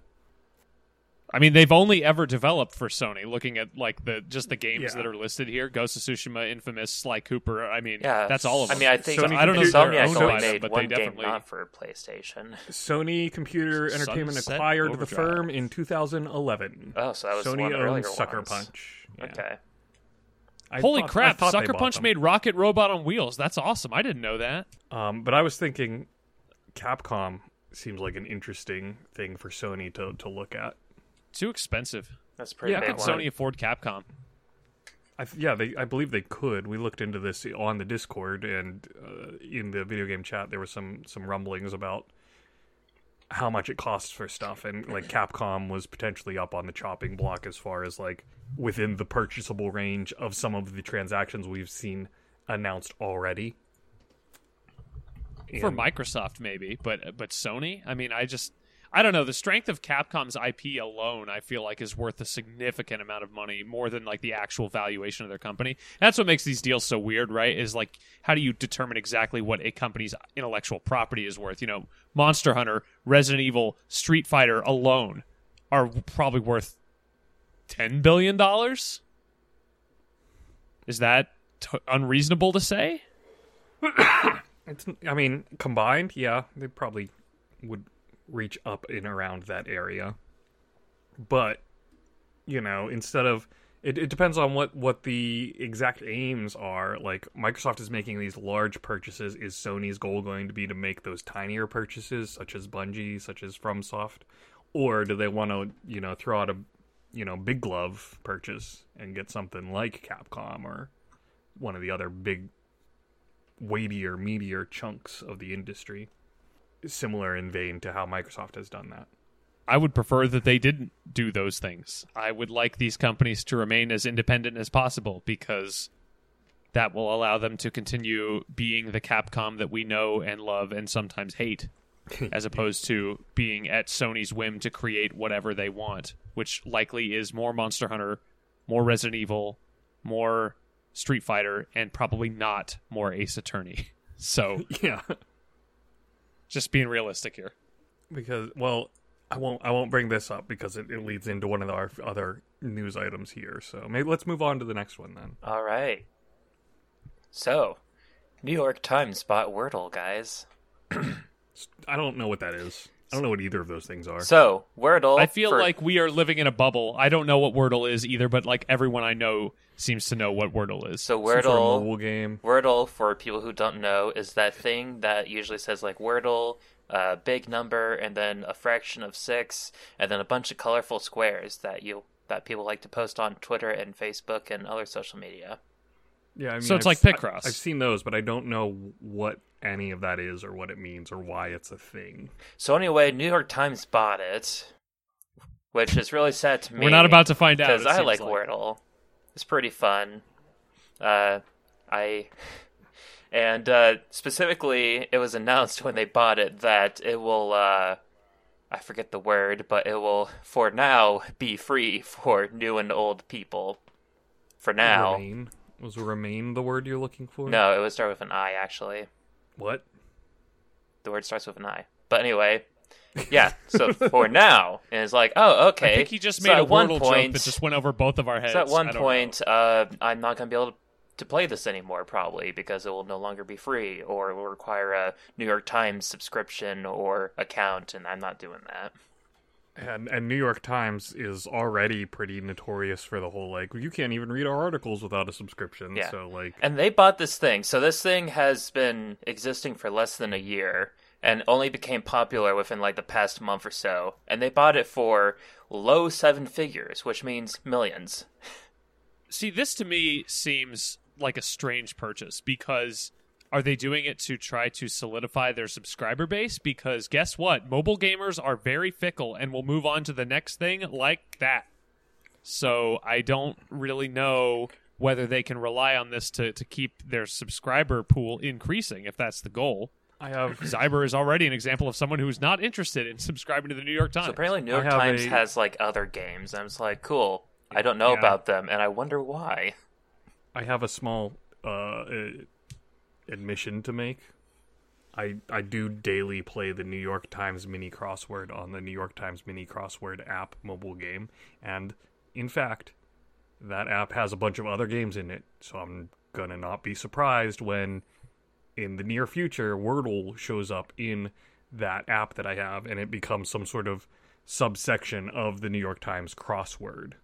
[SPEAKER 2] I mean, they've only ever developed for Sony. Looking at like the just the games
[SPEAKER 3] Yeah.
[SPEAKER 2] that are listed here: Ghost of Tsushima, Infamous, Sly Cooper. I mean,
[SPEAKER 4] Yeah,
[SPEAKER 2] that's all of them.
[SPEAKER 4] I mean, I think
[SPEAKER 3] Sony
[SPEAKER 2] I don't know if they're
[SPEAKER 4] Insomniac
[SPEAKER 2] owned by
[SPEAKER 4] only
[SPEAKER 2] them,
[SPEAKER 4] made
[SPEAKER 2] but they
[SPEAKER 4] one game
[SPEAKER 2] definitely-
[SPEAKER 4] not for PlayStation.
[SPEAKER 3] Sony Computer Entertainment
[SPEAKER 2] Sunset
[SPEAKER 3] acquired the
[SPEAKER 2] Overdrive.
[SPEAKER 3] firm in 2011.
[SPEAKER 4] Oh, so that was
[SPEAKER 3] Sony
[SPEAKER 4] one of the earlier
[SPEAKER 3] owns Sucker
[SPEAKER 4] ones.
[SPEAKER 3] Punch. Yeah.
[SPEAKER 4] Okay.
[SPEAKER 3] I
[SPEAKER 2] Holy
[SPEAKER 3] thought- I
[SPEAKER 2] crap!
[SPEAKER 3] thought they
[SPEAKER 2] Sucker
[SPEAKER 3] bought
[SPEAKER 2] Punch
[SPEAKER 3] them.
[SPEAKER 2] made Rocket Robot on wheels. That's awesome. I didn't know that.
[SPEAKER 3] Um, but I was thinking, Capcom seems like an interesting thing for Sony to to look at.
[SPEAKER 2] Too expensive.
[SPEAKER 4] That's pretty
[SPEAKER 2] How
[SPEAKER 4] big
[SPEAKER 2] could
[SPEAKER 4] one.
[SPEAKER 2] Sony afford Capcom?
[SPEAKER 3] I th- yeah, they, I believe they could. We looked into this on the Discord and uh, in the video game chat. There was some some rumblings about how much it costs for stuff, and like Capcom was potentially up on the chopping block as far as like within the purchasable range of some of the transactions we've seen announced already.
[SPEAKER 2] for
[SPEAKER 3] And-
[SPEAKER 2] Microsoft maybe, but but Sony. I mean, I just I don't know. The strength of Capcom's IP alone, I feel like, is worth a significant amount of money, more than like the actual valuation of their company. That's what makes these deals so weird, right? Is like how do you determine exactly what a company's intellectual property is worth? You know, Monster Hunter, Resident Evil, Street Fighter alone are probably worth ten billion dollars. Is that t- unreasonable to say?
[SPEAKER 3] It's, I mean, combined, yeah, they probably would reach up and around that area. But, you know, instead of it, it depends on what what the exact aims are. Like Microsoft is making these large purchases. Is Sony's goal going to be to make those tinier purchases, such as Bungie, such as FromSoft, or do they want to, you know, throw out a, you know, big glove purchase and get something like Capcom or one of the other big weightier, meatier chunks of the industry, similar in vein to how Microsoft has done that.
[SPEAKER 2] I would prefer that they didn't do those things. I would like these companies to remain as independent as possible because that will allow them to continue being the Capcom that we know and love and sometimes hate, as opposed to being at Sony's whim to create whatever they want, which likely is more Monster Hunter, more Resident Evil, more Street Fighter, and probably not more Ace Attorney. So
[SPEAKER 3] Yeah.
[SPEAKER 2] just being realistic here.
[SPEAKER 3] because well i won't i won't bring this up because it, it leads into one of our other news items here so maybe let's move on to the next one then
[SPEAKER 4] All right. So, New York Times bought Wordle, guys.
[SPEAKER 3] i don't know what that is i don't know what either of those things are
[SPEAKER 4] So, Wordle.
[SPEAKER 2] I feel
[SPEAKER 4] for-
[SPEAKER 2] like we are living in a bubble. I don't know what Wordle is either, but like everyone I know seems to know what Wordle is.
[SPEAKER 4] So,
[SPEAKER 3] Some sort of
[SPEAKER 4] Wordle.
[SPEAKER 3] mobile game
[SPEAKER 4] Wordle, for people who don't know, is that thing that usually says like Wordle, a big number, and then a fraction of six, and then a bunch of colorful squares that you that people like to post on Twitter and Facebook and other social media.
[SPEAKER 3] yeah I mean,
[SPEAKER 2] so it's
[SPEAKER 3] I've-
[SPEAKER 2] like Picross.
[SPEAKER 3] I, i've seen those but i don't know what any of that is or what it means or why it's a thing
[SPEAKER 4] So anyway, New York Times bought it, which is really sad to me.
[SPEAKER 2] We're not about to find out.
[SPEAKER 4] because
[SPEAKER 2] it
[SPEAKER 4] I
[SPEAKER 2] seems
[SPEAKER 4] like, Wordle. It's pretty fun. Uh, I and uh, specifically, it was announced when they bought it that it will. Uh, I forget the word, but it will for now be free for new and old people. For now,
[SPEAKER 3] remain was remain the word you're looking for
[SPEAKER 4] no, it would start with an I. Actually,
[SPEAKER 3] what
[SPEAKER 4] the word starts with an I. But anyway. yeah, so for now, and it's like, oh, okay.
[SPEAKER 2] I think he just
[SPEAKER 4] So
[SPEAKER 2] made a
[SPEAKER 4] at one
[SPEAKER 2] Wordle joke that just went over both of our heads.
[SPEAKER 4] So at
[SPEAKER 2] I
[SPEAKER 4] one
[SPEAKER 2] don't
[SPEAKER 4] point, uh, I'm not going to be able to, to play this anymore, probably, because it will no longer be free, or it will require a New York Times subscription or account, and I'm not doing that.
[SPEAKER 3] and and New York Times is already pretty notorious for the whole like you can't even read our articles without a subscription.
[SPEAKER 4] Yeah.
[SPEAKER 3] So like
[SPEAKER 4] And they bought this thing, so this thing has been existing for less than a year, and only became popular within like the past month or so. And they bought it for low seven figures, which means millions.
[SPEAKER 2] know. See, this to me seems like a strange purchase because are they doing it to try to solidify their subscriber base? Because guess what? Mobile gamers are very fickle and will move on to the next thing like that. So I don't really know whether they can rely on this to, to keep their subscriber pool increasing if that's the goal.
[SPEAKER 3] I have
[SPEAKER 2] Zyber is already an example of someone who's not interested in subscribing to the New York Times.
[SPEAKER 4] So apparently, New
[SPEAKER 3] I
[SPEAKER 4] York
[SPEAKER 3] have
[SPEAKER 4] Times
[SPEAKER 3] a-
[SPEAKER 4] has like other games. and I was like, cool. I don't know
[SPEAKER 3] Yeah.
[SPEAKER 4] about them, and I wonder why.
[SPEAKER 3] I have a small uh, uh, admission to make. I I do daily play the New York Times mini crossword on the New York Times mini crossword app mobile game, and in fact, that app has a bunch of other games in it. So I'm gonna not be surprised when, in the near future, Wordle shows up in that app that I have, and it becomes some sort of subsection of the New York Times crossword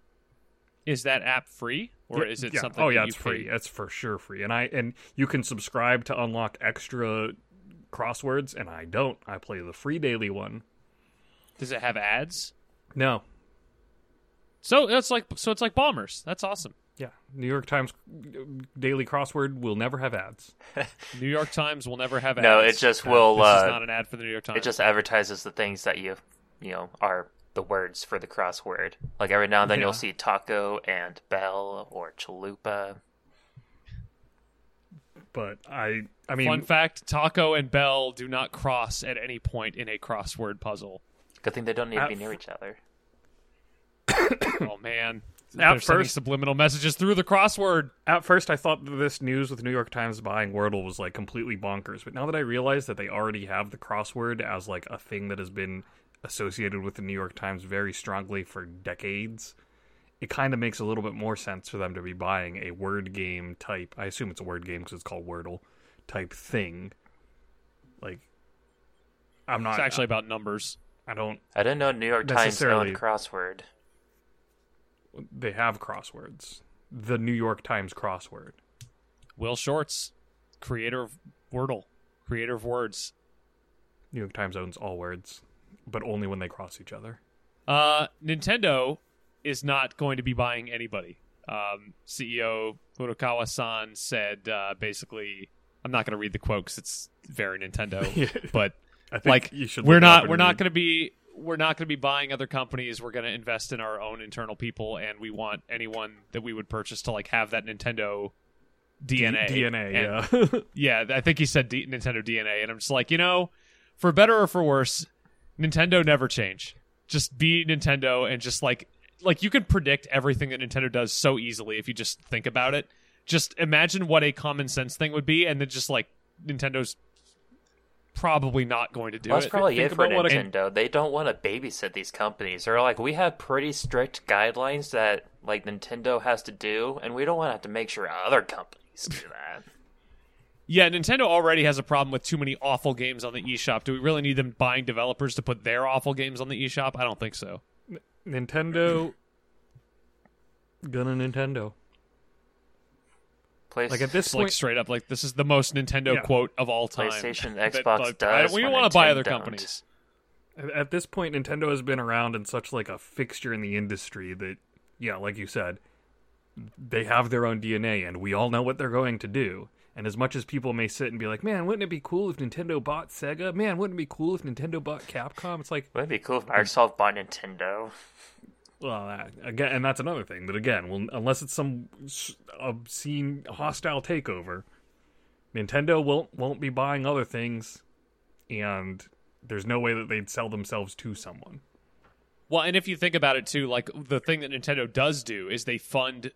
[SPEAKER 2] Is that app free, or
[SPEAKER 3] Yeah,
[SPEAKER 2] is it
[SPEAKER 3] yeah.
[SPEAKER 2] something?
[SPEAKER 3] Oh
[SPEAKER 2] that
[SPEAKER 3] yeah,
[SPEAKER 2] you
[SPEAKER 3] it's
[SPEAKER 2] pay-
[SPEAKER 3] free. It's for sure free. And I and you can subscribe to unlock extra crosswords, and I don't. I play the free daily one.
[SPEAKER 2] Does it have ads?
[SPEAKER 3] No.
[SPEAKER 2] So it's like so it's like bombers. That's awesome.
[SPEAKER 3] Yeah. New York Times daily crossword will never have ads.
[SPEAKER 2] New York Times will never have ads.
[SPEAKER 4] No, it just will,
[SPEAKER 2] This is
[SPEAKER 4] uh,
[SPEAKER 2] not an ad for the New York Times.
[SPEAKER 4] It just advertises the things that you, you know, are the words for the crossword. Like every now and then
[SPEAKER 3] Yeah.
[SPEAKER 4] you'll see taco and bell or chalupa.
[SPEAKER 3] But I I mean
[SPEAKER 2] Fun fact: Taco and Bell do not cross at any point in a crossword puzzle.
[SPEAKER 4] Good thing they don't need to
[SPEAKER 3] At
[SPEAKER 4] be near
[SPEAKER 3] fir-
[SPEAKER 4] each other.
[SPEAKER 2] oh man! They're
[SPEAKER 3] at
[SPEAKER 2] sending
[SPEAKER 3] first
[SPEAKER 2] subliminal messages through the crossword.
[SPEAKER 3] at first I thought that this news with New York Times buying Wordle was like completely bonkers, but now that I realize that they already have the crossword as like a thing that has been associated with the New York Times very strongly for decades, it kind of makes a little bit more sense for them to be buying a word game type. I assume it's a word game because it's called Wordle type thing. Like, I'm not
[SPEAKER 2] It's actually about numbers.
[SPEAKER 3] I don't.
[SPEAKER 4] I didn't know New York Times
[SPEAKER 3] Necessarily.
[SPEAKER 4] owned crossword.
[SPEAKER 3] They have crosswords. The New York Times crossword.
[SPEAKER 2] Will Shorts, creator of Wordle, creator of words.
[SPEAKER 3] New York Times owns all words, but only when they cross each other.
[SPEAKER 2] Uh, Nintendo is not going to be buying anybody. Um, CEO Furukawa san said uh, basically, I'm not going to read the quote 'cause it's very Nintendo, but
[SPEAKER 3] I think
[SPEAKER 2] like
[SPEAKER 3] you should
[SPEAKER 2] we're
[SPEAKER 3] look it up
[SPEAKER 2] not
[SPEAKER 3] and
[SPEAKER 2] we're not
[SPEAKER 3] read.
[SPEAKER 2] going to be we're not going to be buying other companies. We're going to invest in our own internal people, and we want anyone that we would purchase to like have that Nintendo DNA.
[SPEAKER 3] DNA,
[SPEAKER 2] And-
[SPEAKER 3] yeah.
[SPEAKER 2] yeah, I think he said D- Nintendo DNA, and I'm just like, you know, for better or for worse, Nintendo never change. Just be Nintendo, and just like, like you can predict everything that Nintendo does so easily if you just think about it. Just imagine what a common sense thing would be, and then just like Nintendo's probably not going to do
[SPEAKER 4] Well,
[SPEAKER 2] it.
[SPEAKER 4] that's probably
[SPEAKER 3] Think
[SPEAKER 4] it for
[SPEAKER 3] about what a-
[SPEAKER 4] Nintendo. they don't want to babysit these companies. They're like, we have pretty strict guidelines that like Nintendo has to do, and we don't want to have to make sure other companies do that.
[SPEAKER 2] Yeah, Nintendo already has a problem with too many awful games on the eShop. Do we really need them buying developers to put their awful games on the eShop? I don't think so.
[SPEAKER 3] Nintendo. Gonna Nintendo.
[SPEAKER 4] Place,
[SPEAKER 3] Like at this
[SPEAKER 2] It's like
[SPEAKER 3] point,
[SPEAKER 2] straight up, like this is the most Nintendo
[SPEAKER 3] Yeah.
[SPEAKER 2] quote of all time.
[SPEAKER 4] PlayStation,
[SPEAKER 2] That,
[SPEAKER 4] Xbox
[SPEAKER 2] like,
[SPEAKER 4] does
[SPEAKER 2] I- we
[SPEAKER 4] when
[SPEAKER 2] want to buy
[SPEAKER 4] Nintendo
[SPEAKER 2] other
[SPEAKER 4] don't.
[SPEAKER 2] companies.
[SPEAKER 3] at this point, Nintendo has been around and such like a fixture in the industry that, yeah, like you said, they have their own DNA, and we all know what they're going to do. And as much as people may sit and be like, "Man, wouldn't it be cool if Nintendo bought Sega? Man, wouldn't it be cool if Nintendo bought Capcom?" It's like,
[SPEAKER 4] Wouldn't it be cool if Microsoft bought Nintendo?
[SPEAKER 3] Well, that, again, and that's another thing. That again, well, unless it's some s- obscene hostile takeover, Nintendo won't won't be buying other things, and there's no way that they'd sell themselves to someone.
[SPEAKER 2] Well, and if you think about it too, like the thing that Nintendo does do is they fund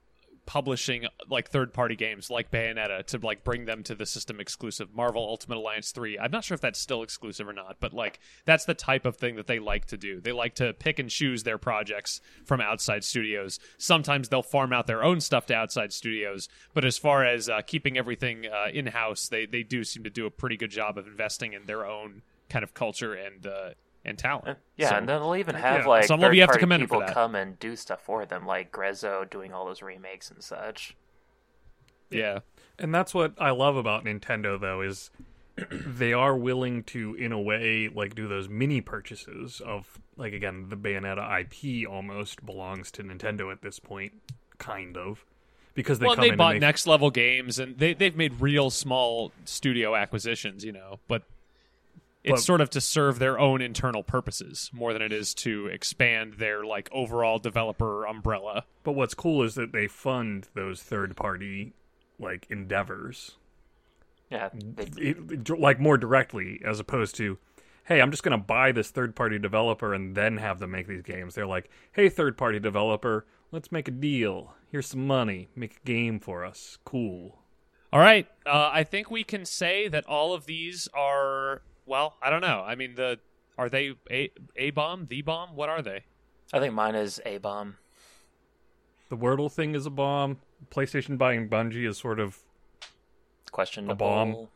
[SPEAKER 2] publishing like third-party games like Bayonetta to like bring them to the system exclusive Marvel Ultimate Alliance 3. I'm not sure if that's still exclusive or not, but like that's the type of thing that they like to do. They like to pick and choose their projects from outside studios. Sometimes they'll farm out their own stuff to outside studios, but as far as uh, keeping everything uh, in-house, they they do seem to do a pretty good job of investing in their own kind of culture and uh, and talent.
[SPEAKER 4] Yeah,
[SPEAKER 2] So-
[SPEAKER 4] and then they'll even have
[SPEAKER 3] yeah.
[SPEAKER 4] like
[SPEAKER 2] Some level you have to
[SPEAKER 4] third-party
[SPEAKER 2] commend 'em for
[SPEAKER 4] people
[SPEAKER 2] that.
[SPEAKER 4] come and do stuff for them, like Grezzo doing all those remakes and such.
[SPEAKER 2] yeah.
[SPEAKER 3] And that's what I love about Nintendo, though, is they are willing to, in a way, like do those mini purchases of, like, again, the Bayonetta IP almost belongs to Nintendo at this point, kind of, because they
[SPEAKER 2] well,
[SPEAKER 3] come
[SPEAKER 2] they
[SPEAKER 3] in
[SPEAKER 2] bought
[SPEAKER 3] and they
[SPEAKER 2] next level games, and they they've made real small studio acquisitions, you know, but it's
[SPEAKER 3] But-
[SPEAKER 2] sort of to serve their own internal purposes more than it is to expand their like overall developer umbrella.
[SPEAKER 3] But what's cool is that they fund those third party like endeavors,
[SPEAKER 4] Yeah,
[SPEAKER 3] Mm,
[SPEAKER 4] they,
[SPEAKER 3] it, like more directly as opposed to, hey, I'm just going to buy this third party developer and then have them make these games. They're like, hey, third party developer, let's make a deal. Here's some money. Make a game for us. Cool.
[SPEAKER 2] All right, uh, I think we can say that all of these are well, I don't know. I mean, the are they a a bomb, the bomb? What are they?
[SPEAKER 4] I think mine is a bomb.
[SPEAKER 3] The Wordle thing is a bomb. PlayStation buying Bungie is sort of
[SPEAKER 4] Question
[SPEAKER 3] bomb.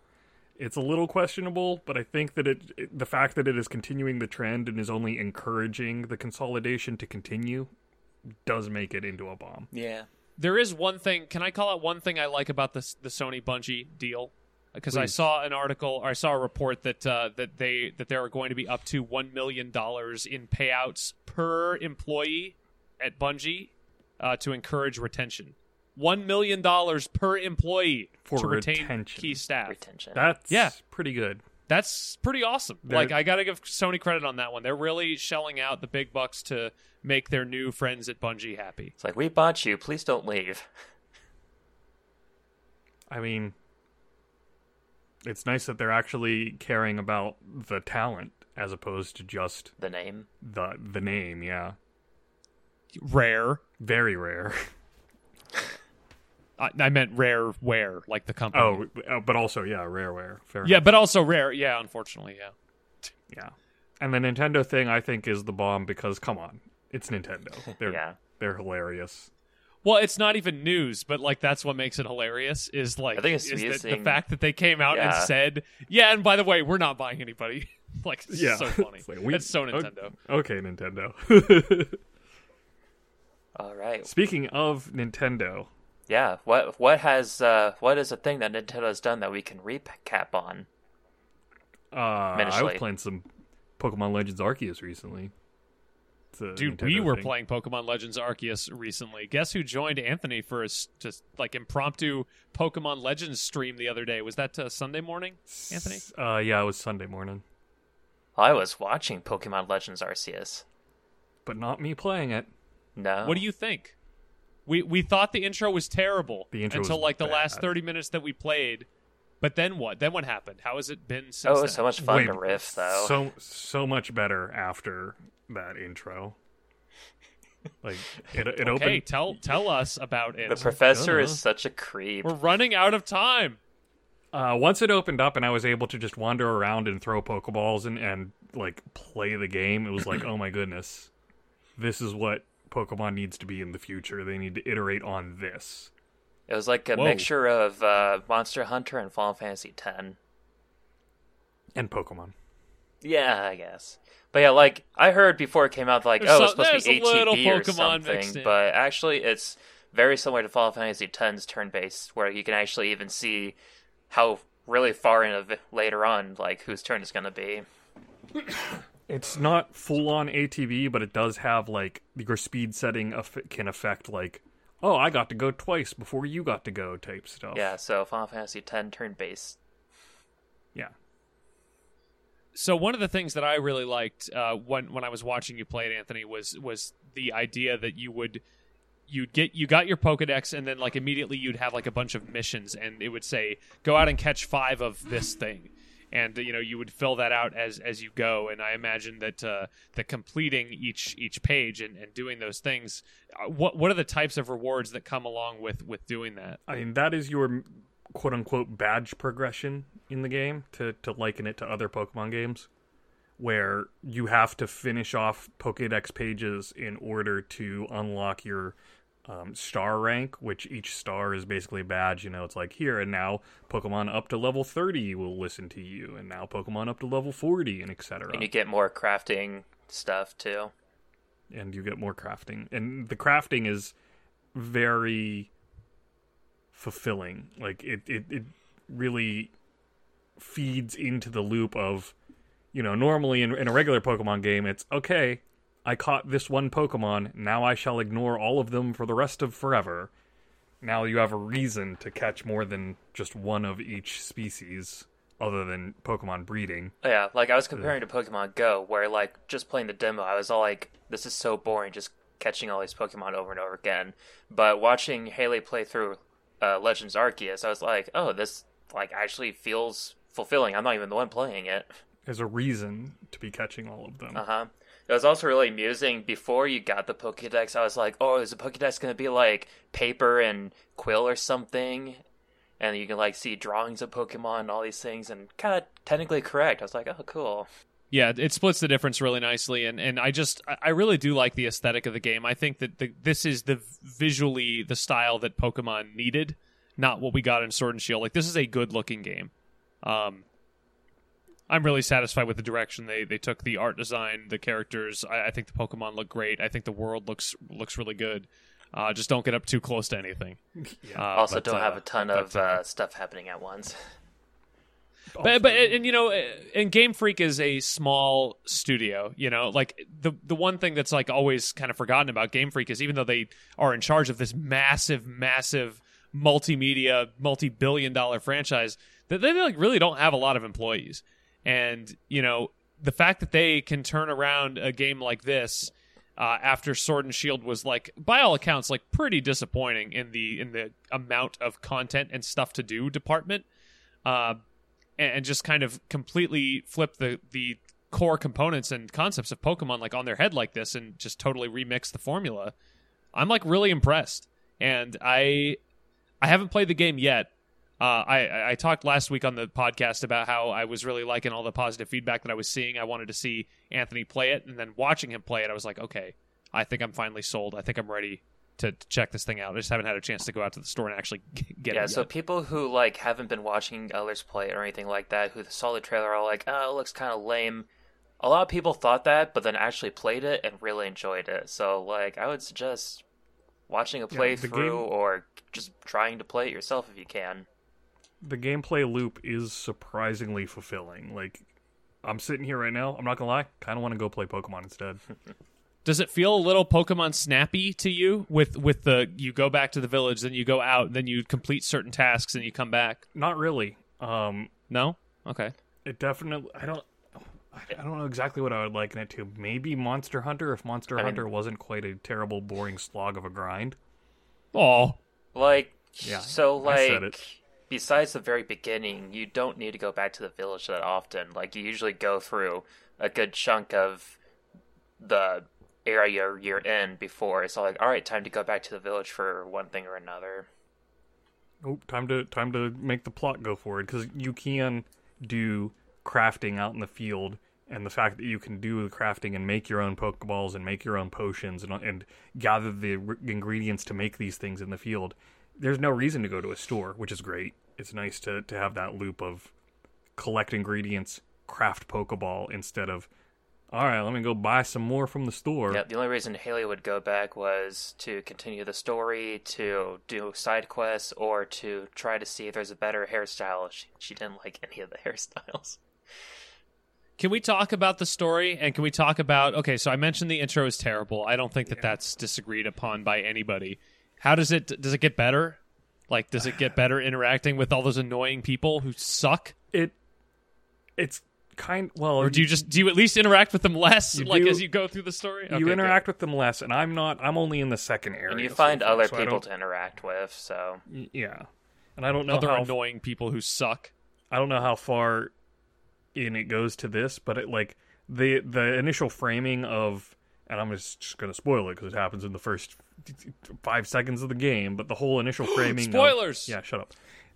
[SPEAKER 3] it's a little questionable, but I think that it, it the fact that it is continuing the trend and is only encouraging the consolidation to continue does make it into a bomb.
[SPEAKER 4] Yeah.
[SPEAKER 2] there is one thing. Can I call out one thing I like about this the Sony Bungie deal? Because I
[SPEAKER 3] Please.
[SPEAKER 2] saw an article, or I saw a report that uh, that they that there are going to be up to one million dollars in payouts per employee at Bungie uh, to encourage retention. One million dollars per employee
[SPEAKER 3] For
[SPEAKER 2] to retain
[SPEAKER 3] retention.
[SPEAKER 2] key staff.
[SPEAKER 4] Retention.
[SPEAKER 3] That's
[SPEAKER 2] Yeah.
[SPEAKER 3] pretty good.
[SPEAKER 2] That's pretty awesome.
[SPEAKER 3] They're-
[SPEAKER 2] like I gotta give Sony credit on that one. They're really shelling out the big bucks to make their new friends at Bungie happy.
[SPEAKER 4] It's like we bought you. Please don't leave.
[SPEAKER 3] I mean, it's nice that they're actually caring about the talent as opposed to just
[SPEAKER 4] The name.
[SPEAKER 3] the the name. Yeah,
[SPEAKER 2] Rare.
[SPEAKER 3] very rare.
[SPEAKER 2] I, I meant rare wear, like the company.
[SPEAKER 3] Oh, uh, but also yeah, rareware. Fair
[SPEAKER 2] yeah, but also rare. Yeah, unfortunately, yeah.
[SPEAKER 3] enough. yeah. And the Nintendo thing I think is the bomb because come on, it's Nintendo. They're
[SPEAKER 4] Yeah.
[SPEAKER 3] they're hilarious.
[SPEAKER 2] Well, it's not even news, but like that's what makes it hilarious is like
[SPEAKER 4] I think it's
[SPEAKER 2] is that the
[SPEAKER 4] amusing.
[SPEAKER 2] fact that they came out
[SPEAKER 4] Yeah.
[SPEAKER 2] and said, "Yeah, and by the way, we're not buying anybody." like it's
[SPEAKER 3] Yeah.
[SPEAKER 2] so funny.
[SPEAKER 3] It's like, we-
[SPEAKER 2] That's so
[SPEAKER 3] okay.
[SPEAKER 2] Nintendo.
[SPEAKER 3] Okay, Nintendo.
[SPEAKER 4] All right.
[SPEAKER 3] Speaking of Nintendo,
[SPEAKER 4] Yeah. What what has uh what is a thing that Nintendo has done that we can recap on?
[SPEAKER 3] uh, I was
[SPEAKER 4] Menacingly.
[SPEAKER 3] playing some Pokemon Legends Arceus recently. It's a
[SPEAKER 2] Dude,
[SPEAKER 3] Nintendo
[SPEAKER 2] we were
[SPEAKER 3] thing.
[SPEAKER 2] playing Pokemon Legends Arceus recently. Guess who joined Anthony for a s- just like impromptu Pokemon Legends stream the other day? Was that uh, Sunday morning, Anthony?
[SPEAKER 3] Uh, yeah, it was Sunday morning,
[SPEAKER 4] I was watching Pokemon Legends Arceus.
[SPEAKER 3] but not me playing it.
[SPEAKER 4] No.
[SPEAKER 2] What do you think? we we thought the intro was terrible
[SPEAKER 3] The intro
[SPEAKER 2] until
[SPEAKER 3] was
[SPEAKER 2] like the last
[SPEAKER 3] bad.
[SPEAKER 2] 30 minutes that we played. But then what? Then what happened? How has it been since?
[SPEAKER 4] Oh, it was
[SPEAKER 2] then?
[SPEAKER 4] so much fun
[SPEAKER 3] Way
[SPEAKER 4] to riff, though.
[SPEAKER 3] So so much better after that intro. Like it, it
[SPEAKER 2] Okay,
[SPEAKER 3] opened.
[SPEAKER 2] tell tell us about it.
[SPEAKER 4] the professor
[SPEAKER 3] Duh.
[SPEAKER 4] is such a creep.
[SPEAKER 2] We're running out of time.
[SPEAKER 3] Uh, once it opened up, and I was able to just wander around and throw Pokeballs and and like play the game. It was like, oh my goodness, this is what Pokemon needs to be in the future. They need to iterate on this.
[SPEAKER 4] It was like a
[SPEAKER 2] Whoa.
[SPEAKER 4] mixture of uh, Monster Hunter and Final Fantasy X.
[SPEAKER 3] And Pokemon.
[SPEAKER 4] Yeah, I guess. But yeah, like I heard before it came out, like
[SPEAKER 2] There's
[SPEAKER 4] oh, it's
[SPEAKER 2] some-
[SPEAKER 4] supposed to be
[SPEAKER 2] there's a little
[SPEAKER 4] ATV or
[SPEAKER 2] Pokemon mixed
[SPEAKER 4] something,
[SPEAKER 2] in.
[SPEAKER 4] but actually, it's very similar to Final Fantasy X's turn-based, where you can actually even see how really far in of later on, like whose turn it's going to be.
[SPEAKER 3] It's not full on ATV, but it does have like your speed setting aff- can affect like, oh, I got to go twice before you got to go type stuff.
[SPEAKER 4] Yeah, so Final Fantasy X turn-based.
[SPEAKER 3] yeah.
[SPEAKER 2] so one of the things that I really liked uh, when when I was watching you play it, Anthony, was was the idea that you would you'd get you got your Pokedex, and then like immediately you'd have like a bunch of missions, and it would say go out and catch five of this thing, and you know you would fill that out as as you go. And I imagine that uh, that completing each each page and, and doing those things, uh, what what are the types of rewards that come along with with doing that?
[SPEAKER 3] I mean, that is your quote unquote badge progression in the game to, to liken it to other Pokemon games, where you have to finish off Pokedex pages in order to unlock your um, star rank, which each star is basically a badge. You know, it's like here and now Pokemon up to level 30 will listen to you, and now Pokemon up to level 40, and etc.
[SPEAKER 4] And you get more crafting stuff too.
[SPEAKER 3] and you get more crafting. And the crafting is very fulfilling. Like it, it, it really feeds into the loop of, you know, normally in, in a regular Pokemon game, it's okay, I caught this one Pokemon. Now I shall ignore all of them for the rest of forever. Now you have a reason to catch more than just one of each species, other than Pokemon breeding.
[SPEAKER 4] Yeah, like I was comparing to Pokemon Go, where like just playing the demo, I was all like, "This is so boring, just catching all these Pokemon over and over again." But watching Haley play through uh, Legends Arceus, I was like, "Oh, this like actually feels fulfilling." I'm not even the one playing it.
[SPEAKER 3] There's a reason to be catching all of them.
[SPEAKER 4] Uh huh. It was also really amusing. Before you got the Pokedex, I was like, "Oh, is the Pokedex gonna be like paper and quill or something?" And you can like see drawings of Pokemon and all these things, and kind of technically correct. I was like, "Oh, cool."
[SPEAKER 2] Yeah, it splits the difference really nicely, and, and I just I- I really do like the aesthetic of the game. I think that the, this is the visually the style that Pokemon needed, not what we got in Sword and Shield. Like this is a good looking game. Um, I'm really satisfied with the direction they they took the art design, the characters. I, I think the Pokemon look great. I think the world looks looks really good. Uh, just don't get up too close to anything.
[SPEAKER 3] Yeah.
[SPEAKER 2] Uh,
[SPEAKER 4] also
[SPEAKER 2] but,
[SPEAKER 4] don't
[SPEAKER 2] uh,
[SPEAKER 4] have a ton
[SPEAKER 2] but,
[SPEAKER 4] of uh, stuff happening at once.
[SPEAKER 3] Oh,
[SPEAKER 2] but but and, and, you know and Game Freak is a small studio. You know, like the the one thing that's like always kind of forgotten about Game Freak is even though they are in charge of this massive, massive multimedia, multi-billion dollar franchise, that they like really don't have a lot of employees. And you know, the fact that they can turn around a game like this. Uh, after Sword and Shield was like, by all accounts, like pretty disappointing in the in the amount of content and stuff to do department, uh, and, and just kind of completely flip the the core components and concepts of Pokemon like on their head like this and just totally remix the formula. I'm like really impressed, and I I haven't played the game yet. Uh, I I- I talked last week on the podcast about how I was really liking all the positive feedback that I was seeing. I wanted to see Anthony play it, and then watching him play it, I was like, okay, I think I'm finally sold. I think I'm ready to, to check this thing out. I just haven't had a chance to go out to the store and actually get
[SPEAKER 4] yeah,
[SPEAKER 2] it.
[SPEAKER 4] so
[SPEAKER 2] yet.
[SPEAKER 4] people who like haven't been watching others play or anything like that, who saw the trailer are like, "Oh, it looks kind of lame." A lot of people thought that, but then actually played it and really enjoyed it. So, like, I would suggest watching a
[SPEAKER 3] Yeah,
[SPEAKER 4] playthrough
[SPEAKER 3] the game-
[SPEAKER 4] or just trying to play it yourself if you can.
[SPEAKER 3] the gameplay loop is surprisingly fulfilling. Like, I'm sitting here right now. I'm not gonna lie. Kind of want to go play Pokemon instead.
[SPEAKER 2] Does it feel a little Pokemon snappy to you with with the you go back to the village, then you go out, then you complete certain tasks and you come back?
[SPEAKER 3] not really. Um,
[SPEAKER 2] No? Okay.
[SPEAKER 3] it definitely. I don't. I I don't know exactly what I would liken it to. Maybe Monster Hunter, if Monster
[SPEAKER 4] mean-
[SPEAKER 3] Hunter wasn't quite a terrible, boring slog of a grind.
[SPEAKER 2] Oh,
[SPEAKER 4] Like,
[SPEAKER 3] Yeah,
[SPEAKER 4] so
[SPEAKER 3] I
[SPEAKER 4] like,
[SPEAKER 3] said it.
[SPEAKER 4] besides the very beginning, you don't need to go back to the village that often. Like, you usually go through a good chunk of the area you're in before it's all like, all right, time to go back to the village for one thing or another.
[SPEAKER 3] Oh, time to time to make the plot go forward because you can do crafting out in the field, and the fact that you can do the crafting and make your own pokeballs and make your own potions and and gather the r- ingredients to make these things in the field. There's no reason to go to a store, which is great. It's nice to to have that loop of collect ingredients, craft pokeball instead of all right, let me go buy some more from the store.
[SPEAKER 4] Yeah, the only reason Haley would go back was to continue the story, to do side quests, or to try to see if there's a better hairstyle. She, she didn't like any of the hairstyles.
[SPEAKER 2] Can we talk about the story and can we talk about okay, so I mentioned the intro is terrible. I don't think that that's disagreed upon by anybody. How does it does it get better? Like does it get better interacting with all those annoying people who suck?
[SPEAKER 3] It it's kind well
[SPEAKER 2] Or do you just do you at least interact with them less
[SPEAKER 3] You
[SPEAKER 2] like
[SPEAKER 3] do-
[SPEAKER 2] as you go through the story? Okay,
[SPEAKER 3] you
[SPEAKER 2] good.
[SPEAKER 3] interact with them less, and I'm not. I'm only in the second area.
[SPEAKER 4] And you
[SPEAKER 3] so
[SPEAKER 4] find
[SPEAKER 3] far,
[SPEAKER 4] other
[SPEAKER 3] so I
[SPEAKER 4] people
[SPEAKER 3] don't-
[SPEAKER 4] to interact with, so.
[SPEAKER 3] y- yeah, and I don't know
[SPEAKER 2] other
[SPEAKER 3] how.
[SPEAKER 2] annoying people who suck.
[SPEAKER 3] I don't know how far in it goes to this, but it like the the initial framing of, and I'm just, just gonna spoil it because it happens in the first five seconds of the game. But the whole initial framing. of-
[SPEAKER 2] Spoilers!
[SPEAKER 3] yeah, shut up.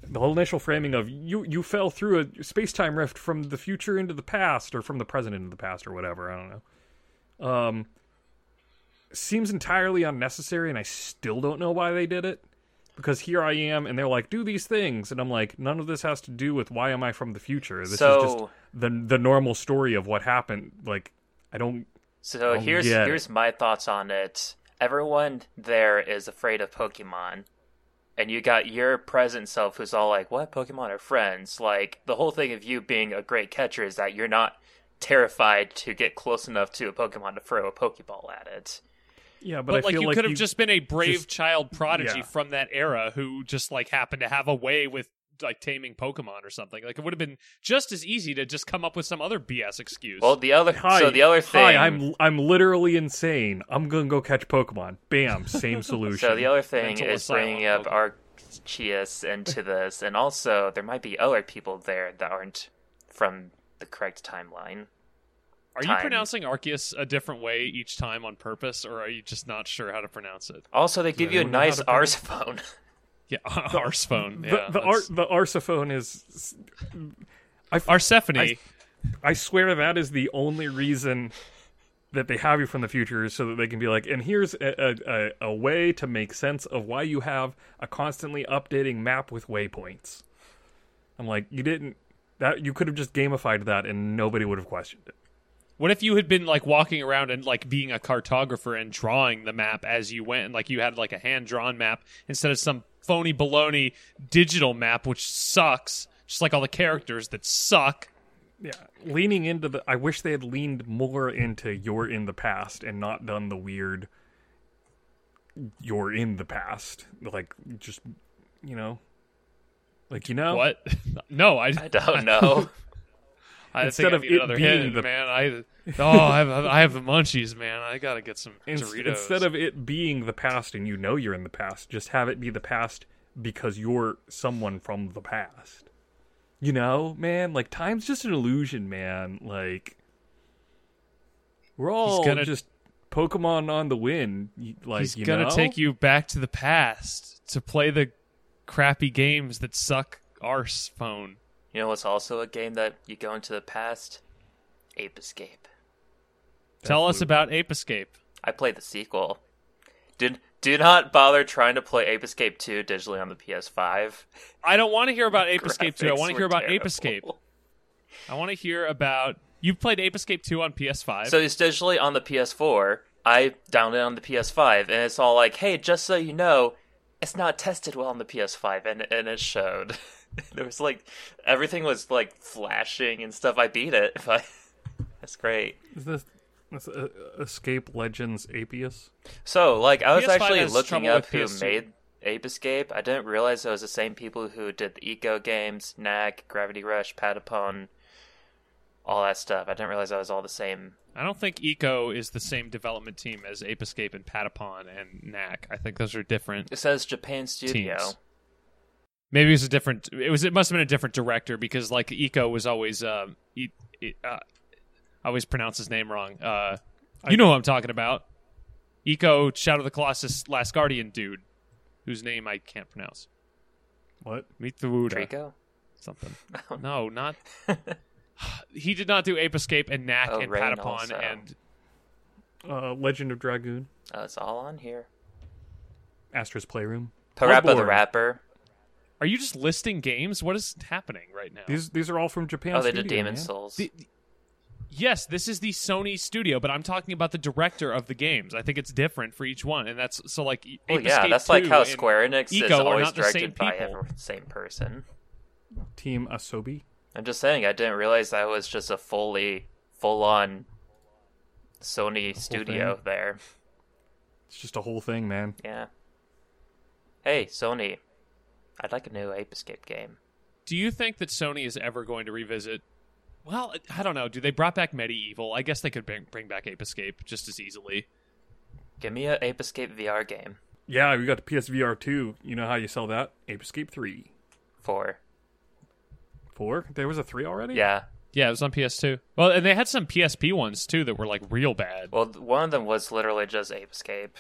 [SPEAKER 3] The whole initial framing of you you fell through a space time rift from the future into the past, or from the present into the past, or whatever. I don't know. um, seems entirely unnecessary, and I still don't know why they did it. Because here I am, and they're like, "Do these things," and I'm like, "None of this has to do with why am I from the future. This is just
[SPEAKER 4] so
[SPEAKER 3] the the normal story of what happened." Like, I don't.
[SPEAKER 4] so
[SPEAKER 3] I'll
[SPEAKER 4] here's
[SPEAKER 3] get it.
[SPEAKER 4] here's my thoughts on it. Everyone there is afraid of Pokemon. And you got your present self who's all like, What Pokemon are friends? Like the whole thing of you being a great catcher is that you're not terrified to get close enough to a Pokemon to throw a Pokeball at it.
[SPEAKER 3] Yeah,
[SPEAKER 2] But,
[SPEAKER 3] but, I
[SPEAKER 2] like
[SPEAKER 3] feel
[SPEAKER 2] you
[SPEAKER 3] like
[SPEAKER 2] could have
[SPEAKER 3] you-
[SPEAKER 2] just been a brave
[SPEAKER 3] just-
[SPEAKER 2] child prodigy
[SPEAKER 3] yeah.
[SPEAKER 2] from that era who just like happened to have a way with like taming Pokemon or something. Like it would have been just as easy to just come up with some other BS excuse.
[SPEAKER 4] Well the other
[SPEAKER 3] Hi,
[SPEAKER 4] so the other thing
[SPEAKER 3] hi, I'm I'm literally insane. I'm gonna go catch Pokemon. Bam, same solution.
[SPEAKER 4] So the other thing
[SPEAKER 2] Mental
[SPEAKER 4] is
[SPEAKER 2] asylum
[SPEAKER 4] bringing up
[SPEAKER 2] Pokemon.
[SPEAKER 4] Arceus into this, and also there might be other people there that aren't from the correct timeline.
[SPEAKER 2] Are you
[SPEAKER 4] time.
[SPEAKER 2] pronouncing Arceus a different way each time on purpose, or are you just not sure how to pronounce it?
[SPEAKER 4] Also, they give you a
[SPEAKER 3] anyone know how
[SPEAKER 4] nice
[SPEAKER 3] to pronounce-
[SPEAKER 4] arsephone.
[SPEAKER 2] Yeah, Arsephone.
[SPEAKER 3] the,
[SPEAKER 2] Yeah,
[SPEAKER 3] the, ar-
[SPEAKER 2] that's-
[SPEAKER 3] the arsophone is
[SPEAKER 2] Arsephony.
[SPEAKER 3] I swear that is the only reason that they have you from the future is so that they can be like, and here's a, a, a, a way to make sense of why you have a constantly updating map with waypoints. I'm like, you didn't that you could have just gamified that and nobody would have questioned it.
[SPEAKER 2] What if you had been like walking around and like being a cartographer and drawing the map as you went, and like you had like a hand drawn map instead of some phony baloney digital map, which sucks. Just like all the characters that suck.
[SPEAKER 3] Yeah, leaning into the. I wish they had leaned more into you're in the past and not done the weird. You're in the past, like just you know, like you know,
[SPEAKER 2] What? no, I,
[SPEAKER 4] I don't know.
[SPEAKER 2] I
[SPEAKER 3] Instead
[SPEAKER 2] think I
[SPEAKER 3] of
[SPEAKER 2] need
[SPEAKER 3] it
[SPEAKER 2] another
[SPEAKER 3] being
[SPEAKER 2] hit,
[SPEAKER 3] the-
[SPEAKER 2] man. I oh, I have, I have the munchies, man. I gotta get some
[SPEAKER 3] Ins-
[SPEAKER 2] Doritos
[SPEAKER 3] instead of it being the past and you know you're in the past, just have it be the past because you're someone from the past. You know, man, like time's just an illusion, man. Like we're all
[SPEAKER 2] gonna-
[SPEAKER 3] just Pokemon on the wind. y- Like
[SPEAKER 2] He's
[SPEAKER 3] you
[SPEAKER 2] gonna
[SPEAKER 3] know?
[SPEAKER 2] take you back to the past to play the crappy games that suck arse phone.
[SPEAKER 4] you know what's also a game that you go into the past? Ape Escape.
[SPEAKER 2] Tell us about Ape Escape.
[SPEAKER 4] I played the sequel. Did do not bother trying to play Ape Escape 2 digitally on the PS5.
[SPEAKER 2] I don't want to hear about Ape Escape 2. I
[SPEAKER 4] Graphics
[SPEAKER 2] want to
[SPEAKER 4] were
[SPEAKER 2] hear about Ape
[SPEAKER 4] terrible.
[SPEAKER 2] Escape. I want to hear about you've played Ape Escape 2 on PS5.
[SPEAKER 4] So it's digitally on the PS4. I downloaded it on the PS5, and it's all like, "Hey, just so you know, it's not tested well on the PS5," and and it showed. there was like everything was like flashing and stuff. I beat it, but that's great.
[SPEAKER 3] Is this, this uh, Escape Legends Apius?
[SPEAKER 4] So like, I was
[SPEAKER 2] PS5
[SPEAKER 4] actually
[SPEAKER 2] has
[SPEAKER 4] looking
[SPEAKER 2] trouble
[SPEAKER 4] up
[SPEAKER 2] with
[SPEAKER 4] who
[SPEAKER 2] PS2.
[SPEAKER 4] made Ape Escape. I didn't realize it was the same people who did the Eco games, Knack, Gravity Rush, Patapon, all that stuff. I didn't realize that was all the same
[SPEAKER 2] I don't think Eco is the same development team as Ape Escape and Patapon and Knack. I think those are different.
[SPEAKER 4] It says Japan Studio.
[SPEAKER 2] Teams. Maybe it was a different. It was. It must have been a different director because like Eco was always. Um, e, E- uh, I always pronounce his name wrong. Uh, you know who I'm talking about. Eco Shadow of the Colossus Last Guardian dude, whose name I can't pronounce.
[SPEAKER 3] What?
[SPEAKER 2] Mitsuda
[SPEAKER 4] Draco?
[SPEAKER 2] something. No, not. he did not do Ape Escape and Knack
[SPEAKER 4] Oh,
[SPEAKER 2] and
[SPEAKER 4] Rain
[SPEAKER 2] Patapon
[SPEAKER 4] also.
[SPEAKER 2] and
[SPEAKER 3] Uh, Legend of Dragoon,
[SPEAKER 4] Oh, it's all on here.
[SPEAKER 3] Astra's Playroom.
[SPEAKER 4] Parappa the
[SPEAKER 3] Bloodborne.
[SPEAKER 4] Rapper.
[SPEAKER 2] Are you just listing games? What is happening right now?
[SPEAKER 3] These these are all from Japan.
[SPEAKER 4] Oh, they did
[SPEAKER 3] Studio,
[SPEAKER 4] Demon
[SPEAKER 3] man.
[SPEAKER 4] Souls.
[SPEAKER 2] The- yes, this is the Sony studio, but I'm talking about the director of the games. I think it's different for each one, and that's so like. Ape
[SPEAKER 4] well, yeah,
[SPEAKER 2] Escape
[SPEAKER 4] that's like
[SPEAKER 2] 2
[SPEAKER 4] how
[SPEAKER 2] and
[SPEAKER 4] Square Enix is
[SPEAKER 2] Eco are
[SPEAKER 4] always
[SPEAKER 2] not the same
[SPEAKER 4] directed by
[SPEAKER 2] people.
[SPEAKER 4] every- same person.
[SPEAKER 3] Team Asobi.
[SPEAKER 4] I'm just saying, I didn't realize that was just a fully, full-on Sony studio there.
[SPEAKER 3] It's just a whole thing, man.
[SPEAKER 4] Yeah. Hey, Sony, I'd like a new Ape Escape game.
[SPEAKER 2] Do you think that Sony is ever going to revisit? Well, I don't know. Do they brought back Medieval? I guess they could bring, bring back Ape Escape just as easily.
[SPEAKER 4] Give me a Ape Escape VR game
[SPEAKER 3] Yeah, we got the PSVR two. You know how you sell that? Ape Escape three,
[SPEAKER 4] for
[SPEAKER 3] four. There was a three already.
[SPEAKER 4] yeah.
[SPEAKER 2] Yeah, it was on PS2. Well, and they had some PSP ones too that were like real bad.
[SPEAKER 4] Well, th- one of them was literally just Ape Escape,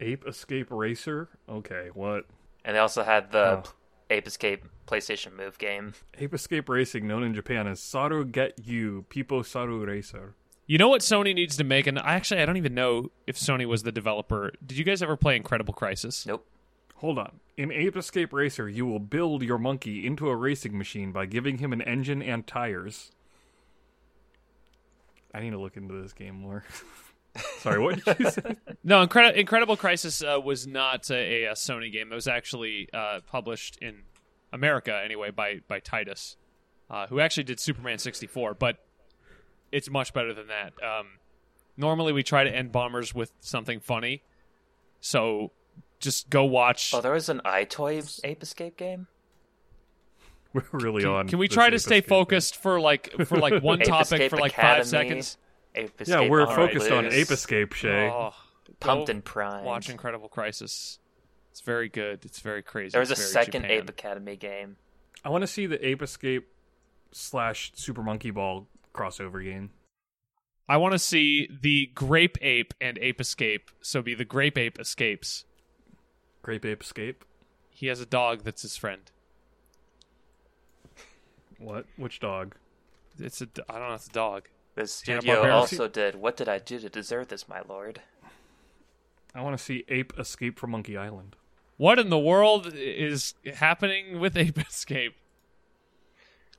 [SPEAKER 3] Ape Escape Racer. Okay, what?
[SPEAKER 4] and they also had the
[SPEAKER 3] Oh.
[SPEAKER 4] Ape Escape PlayStation Move game.
[SPEAKER 3] Ape Escape Racing, known in Japan as Saru Get You, People Saru Racer.
[SPEAKER 2] You know what Sony needs to make, and I actually I don't even know if Sony was the developer. Did you guys ever play Incredible Crisis?
[SPEAKER 4] Nope.
[SPEAKER 3] Hold on. In Ape Escape Racer, you will build your monkey into a racing machine by giving him an engine and tires. I need to look into this game more. Sorry, what did you say?
[SPEAKER 2] No, Incredi- Incredible Crisis uh, was not a, a Sony game. It was actually uh, published in America anyway by by Titus, uh, who actually did Superman 64. But it's much better than that. Um, normally, we try to end bombers with something funny, so just go watch.
[SPEAKER 4] Oh, there was an iToy Ape Escape game.
[SPEAKER 3] We're really
[SPEAKER 2] Can-
[SPEAKER 3] on.
[SPEAKER 2] Can we
[SPEAKER 3] this
[SPEAKER 2] try
[SPEAKER 3] Ape
[SPEAKER 2] to stay
[SPEAKER 3] Escape thing.
[SPEAKER 2] focused for like for like one
[SPEAKER 4] Ape
[SPEAKER 2] topic
[SPEAKER 4] Escape
[SPEAKER 2] for like
[SPEAKER 4] Academy,
[SPEAKER 2] five seconds?
[SPEAKER 4] Ape Escape
[SPEAKER 3] Yeah, we're
[SPEAKER 4] All Right
[SPEAKER 3] focused on
[SPEAKER 4] Blues,
[SPEAKER 3] Ape Escape, Shay.
[SPEAKER 2] Oh,
[SPEAKER 4] Pumped
[SPEAKER 2] go
[SPEAKER 4] and primed.
[SPEAKER 2] Watch Incredible Crisis. It's very good. It's very crazy.
[SPEAKER 4] There was a
[SPEAKER 2] It's very
[SPEAKER 4] second
[SPEAKER 2] Japan.
[SPEAKER 4] Ape Academy game.
[SPEAKER 3] I want to see the Ape Escape slash Super Monkey Ball crossover game.
[SPEAKER 2] I want to see the grape ape and ape escape. So be the grape ape escapes.
[SPEAKER 3] Grape Ape Escape.
[SPEAKER 2] He has a dog that's his friend.
[SPEAKER 3] What? Which dog?
[SPEAKER 2] It's a d- I don't know. It's a dog.
[SPEAKER 4] The studio
[SPEAKER 2] Hanna-Barbera.
[SPEAKER 4] also did What Did I Do to Deserve This, My Lord?
[SPEAKER 3] I want to see Ape Escape from Monkey Island.
[SPEAKER 2] What in the world is happening with ape escape?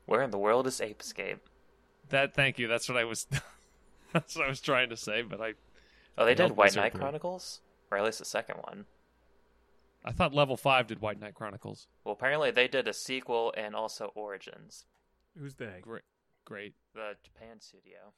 [SPEAKER 4] Where in the world is Ape Escape?
[SPEAKER 2] That thank you. That's what I was. that's what I was trying to say. But I
[SPEAKER 4] Oh, they
[SPEAKER 2] Nope,
[SPEAKER 4] did White
[SPEAKER 2] Wizard
[SPEAKER 4] Knight
[SPEAKER 2] Brew.
[SPEAKER 4] Chronicles? Or at least the second one.
[SPEAKER 2] I thought level five did White Knight Chronicles.
[SPEAKER 4] Well, apparently they did a sequel and also Origins,
[SPEAKER 3] Who's they?
[SPEAKER 2] Great.
[SPEAKER 4] the Japan studio.